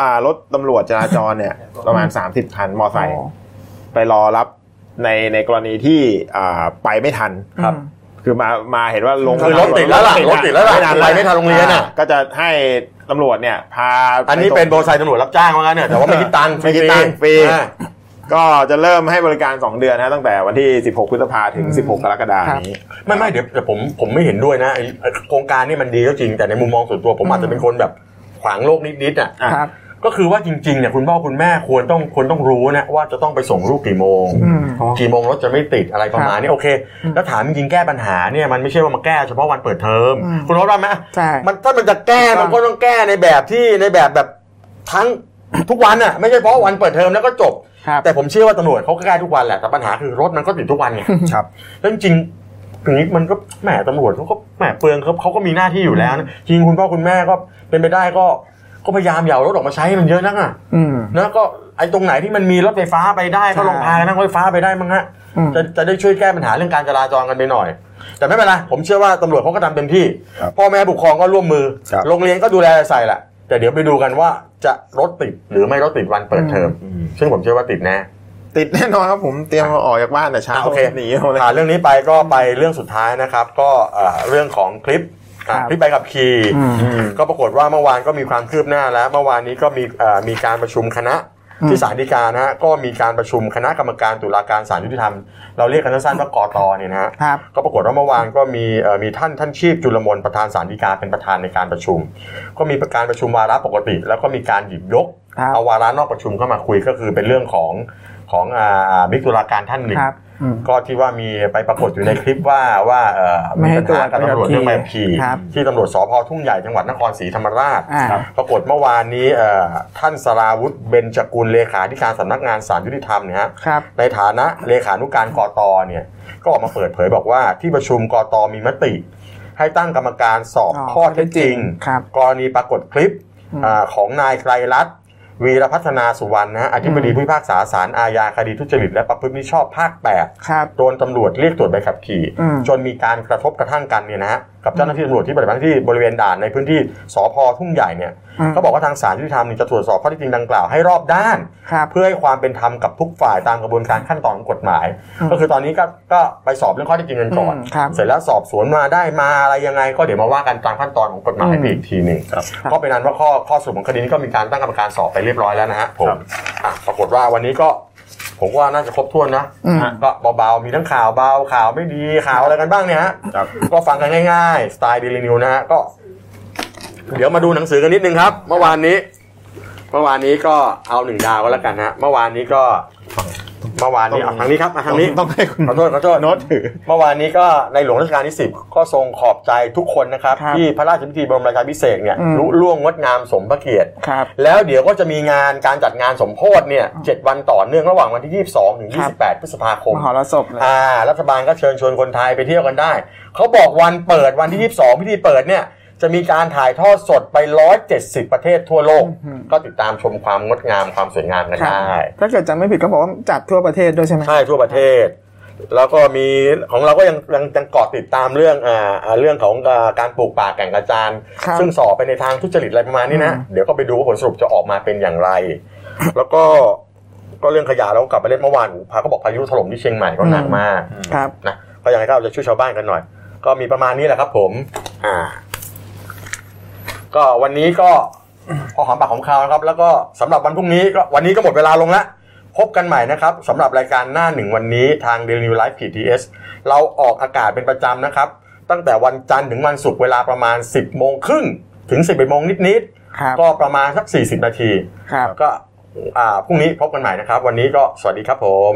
อ่ารถตำรวจจราจรเนี่ย ประมาณ 30 คันมอไซค์ อ๋อ ไปรอรับในในกรณีที่อ่าไปไม่ทัน ครับ อืม คือมามาเห็นว่าลง คือรถติดแล้วล่ะรถติดแล้วล่ะ ม่นาน ไปไม่ทันโรงเรียนน่ะ าก็จะให้ตำรวจเนี่ยพา อันนี้เป็นโบไซตำรวจรับจ้างว่างั้นเนี่ยแต่ว่าไม่คิดตังค์ ไม่คิดตังค์ฟรี อ่า ก็จะเริ่มให้บริการ 2 เดือนนะตั้งแต่วันที่ 16 พฤษภาถึง 16 กรกฎาคมนี้ ไม่ไม่เดี๋ยวแต่ผมผมไม่เห็นด้วยนะไอ้ไอ้โครงการนี่มันดีก็จริงแต่ในมุมมองส่วนตัวผมอาจจะเป็นคนแบบขวางโลกนิดๆอ่ะ อ่ะ ครับ ก็คือว่าจริงๆเนี่ยคุณพ่อคุณแม่ควรต้องควรต้องรู้นะว่าจะต้องไปส่งลูกกี่โมง อืม กี่โมงรถจะไม่ติดอะไรประมาณนี้โอเค แล้วถามจริงๆแก้ปัญหาเนี่ยมันไม่ใช่ว่ามาแก้เฉพาะวันเปิดเทอม อืม คุณรถว่าไหม ใช่ มันถ้ามันจะแก้มันก็ต้องแก้ในแบบที่ในแบบแบบทั้งทุกวันอ่ะไม่ใช่เพราะวันเปิดเทอมแล้วก็จบ ครับ แต่ผมเชื่อว่าตำรวจเขาก็แก้ทุกวันแหละแต่ปัญหาคือรถมันก็ติดทุกวันไง ครับ แล้วจริงๆถึงนี้มันก็แหมตำรวจเขาก็แหมเปลืองครับเขาก็มีหน้าที่อยู่แล้วนะจริงคุณพ่อคุณแม่ก็เป็นไปได้ก็ก็พยายามอย่าเอารถออกมาใช้ให้มันเยอะนักอ่ะ อืม นะก็ไอ้ตรงไหนที่มันมีรถไฟฟ้าไปได้ก็ลองพานั่งรถไฟฟ้าไปได้มั้งฮะ อืม จะจะได้ช่วยแก้ปัญหาเรื่องการจราจรกันไปหน่อย แต่ไม่เป็นไรผมเชื่อว่าตำรวจเขาก็ทำเต็มที่ ครับ พ่อแม่ผู้ปกครองก็ร่วมมือ ครับ โรงเรียนก็ดูแลใส่แหละแต่เดี๋ยวไปดูกันว่าจะรถติดหรือไม่รถติดวันเปิดเทอมซึ่งผมเชื่อว่าติดแน่ ติดแน่นอนครับผมเตรียมออกจากบ้านแต่เช้า อ่ะโอเค หนีเอาเลย ผ่านเรื่องนี้ไปก็ไปเรื่องสุดท้ายนะครับ ก็เอ่อเรื่องของคลิปอ่ะ ครับ คลิปใบขับขี่ อืม ก็ปรากฏว่าเมื่อวานก็มีความคืบหน้าแล้ว เมื่อวานนี้ก็มีเอ่อมีการประชุมคณะ อืม ที่ศาลฎีกานะฮะก็มีการประชุมคณะกรรมการตุลาการศาลยุติธรรม เราเรียกกันสั้นๆว่ากอตเนี่ยนะฮะ ครับ ก็ปรากฏว่าเมื่อวานก็มีเอ่อมีท่านท่านชีพจุลมนประธานศาลฎีกาเป็นประธานในการประชุม ก็มีการประชุมวาระปกติ แล้วก็มีการหยิบยก ครับ เอาวาระนอกประชุมเข้ามาคุยก็คือเป็นเรื่องของของอ่าบิ๊กตุลาการท่านหนึ่ง ครับอืม ก็ที่ว่ามีไปปรากฏอยู่ในคลิปว่าว่าเอ่อ ไม่ให้ตรวจ ปัญหากับตำรวจเรื่องใบขับขี่ ครับ ที่ตำรวจสพทุ่งใหญ่จังหวัดนครศรีธรรมราช อ่า ครับปรากฏเมื่อวานนี้เอ่อท่านสราวุธเบญจกุลเลขาธิการสำนักงานศาลยุติธรรมเนี่ยฮะ ครับ ในฐานะเลขานุการกอตเนี่ยก็ออกมาเปิดเผยบอกว่าที่ประชุมกอตมีมติ ให้ตั้งกรรมการสอบ อ๋อ ข้อเท็จจริง ครับ กรณีปรากฏคลิป อืม อ่าของนายไกรรัตน์วีรพัฒนาสุวรรณนะฮะอธิบดีผู้พิพากษาศาลอาญาคดีทุจริตและประพฤติมิชอบภาค 8 ครับ โดนตำรวจเรียกตรวจใบขับขี่ อืม จนมีการกระทบกระทั่งกันเนี่ยนะฮะ กับเจ้าหน้าที่ตำรวจที่ปฏิบัติหน้าที่บริเวณด่านในพื้นที่สพทุ่งใหญ่เนี่ย อืม เขาบอกว่าทางศาลยุติธรรมเนี่ยจะตรวจสอบข้อเที่จริงดังกล่าวให้รอบด้าน ครับ เพื่อให้ความเป็นธรรมกับทุกฝ่ายตามกระบวนการขั้นตอนของกฎหมาย ก็คือตอนนี้ก็ก็ไปสอบเรื่องข้อเที่จริงกันก่อน อืมครับ เสร็จแล้วสอบสวนมาได้มาอะไรยังไง ก็เดี๋ยวมาว่ากันตามขั้นตอนของกฎหมาย อืม อีกทีหนึ่งครับก็เป็นนั้นว่าข้อข้อสรุปของคดีนี้ก็มีการตั้งกรรมการสอบไปเรียบร้อยแล้วนะฮะผม ครับ อ่ะปรากฏว่าวันนี้ก็ผมว่าน่าจะครบถ้วนนะ อืม ฮะก็เบาๆมีทั้งข่าวเบาข่าวไม่ดีข่าวอะไรกันบ้างเนี่ยฮะ ครับ ก็ฟังกันง่ายๆ สไตล์ดีลินิวนะฮะก็ เดี๋ยวมาดูหนังสือกันนิดนึงครับ เมื่อวานนี้ เมื่อวานนี้ก็เอาหนึ่งดาวก็แล้วกันฮะเมื่อวานนี้ก็เมื่อวานนี้อ่ะทางนี้ครับอ่ะทางนี้ ต้องให้คุณ ขอโทษขอโทษ โน้ตถือ เมื่อวานนี้ก็ในหลวงรัชกาลที่ 10 ก็ทรงขอบใจทุกคนนะครับ ครับ ที่พระราชพิธีบรมราชาภิเษกเนี่ย อืม ลุล่วงงดงามสมพระเกียรติ ครับ แล้วเดี๋ยวก็จะมีงานการจัดงานสมโพธิเนี่ยเจ็ดวันต่อเนื่องระหว่างวันที่ 22ถึง ครับ 28 พฤษภาคม มหรสพเลย อ่ารัฐบาลก็เชิญชวนคนไทยไปเที่ยวกันได้ เขาบอกวันเปิดวันที่ 22 พิธีเปิดเนี่ย จะมีการถ่ายทอดสดไป 170 ประเทศทั่วโลก อืม ก็ติดตามชมความงดงามความสวยงามกัน ครับ ได้ ถ้าเกิดจำไม่ผิดก็บอกว่าจัดทั่วประเทศด้วยใช่ไหม ใช่ทั่วประเทศ แล้วก็มีของเราก็ยังยังยังเกาะติดตามเรื่องอ่าอ่าเรื่องของอ่าการปลูกป่าแก่งกระจาน ครับ ซึ่งสอบไปในทางทุจริตอะไรประมาณนี้นะ อืม เดี๋ยวก็ไปดูว่าผลสรุปจะออกมาเป็นอย่างไร แล้วก็ก็เรื่องขยะเรากลับไปเล่นเมื่อวานหูพาก็บอกพายุถล่มที่เชียงใหม่ก็หนักมาก ครับ นะก็ยังไงก็เอาใจช่วยชาวบ้านกันหน่อย ก็มีประมาณนี้แหละครับผมอ่า ก็วันนี้ก็ พอหอมปากหอมคาวนะครับ แล้วก็สำหรับวันพรุ่งนี้ก็วันนี้ก็หมดเวลาลงแล้วพบกันใหม่นะครับสำหรับรายการหน้าหนึ่งวันนี้ทาง Daily New Life PTS เราออกอากาศเป็นประจำนะครับ ตั้งแต่วันจันทร์ถึงวันศุกร์เวลาประมาณ 10โมงครึ่งถึง 11โมงนิด ครับ ๆก็ประมาณสัก40 นาที ครับ ก็อ่าพรุ่งนี้พบกันใหม่นะครับ วันนี้ก็สวัสดีครับผม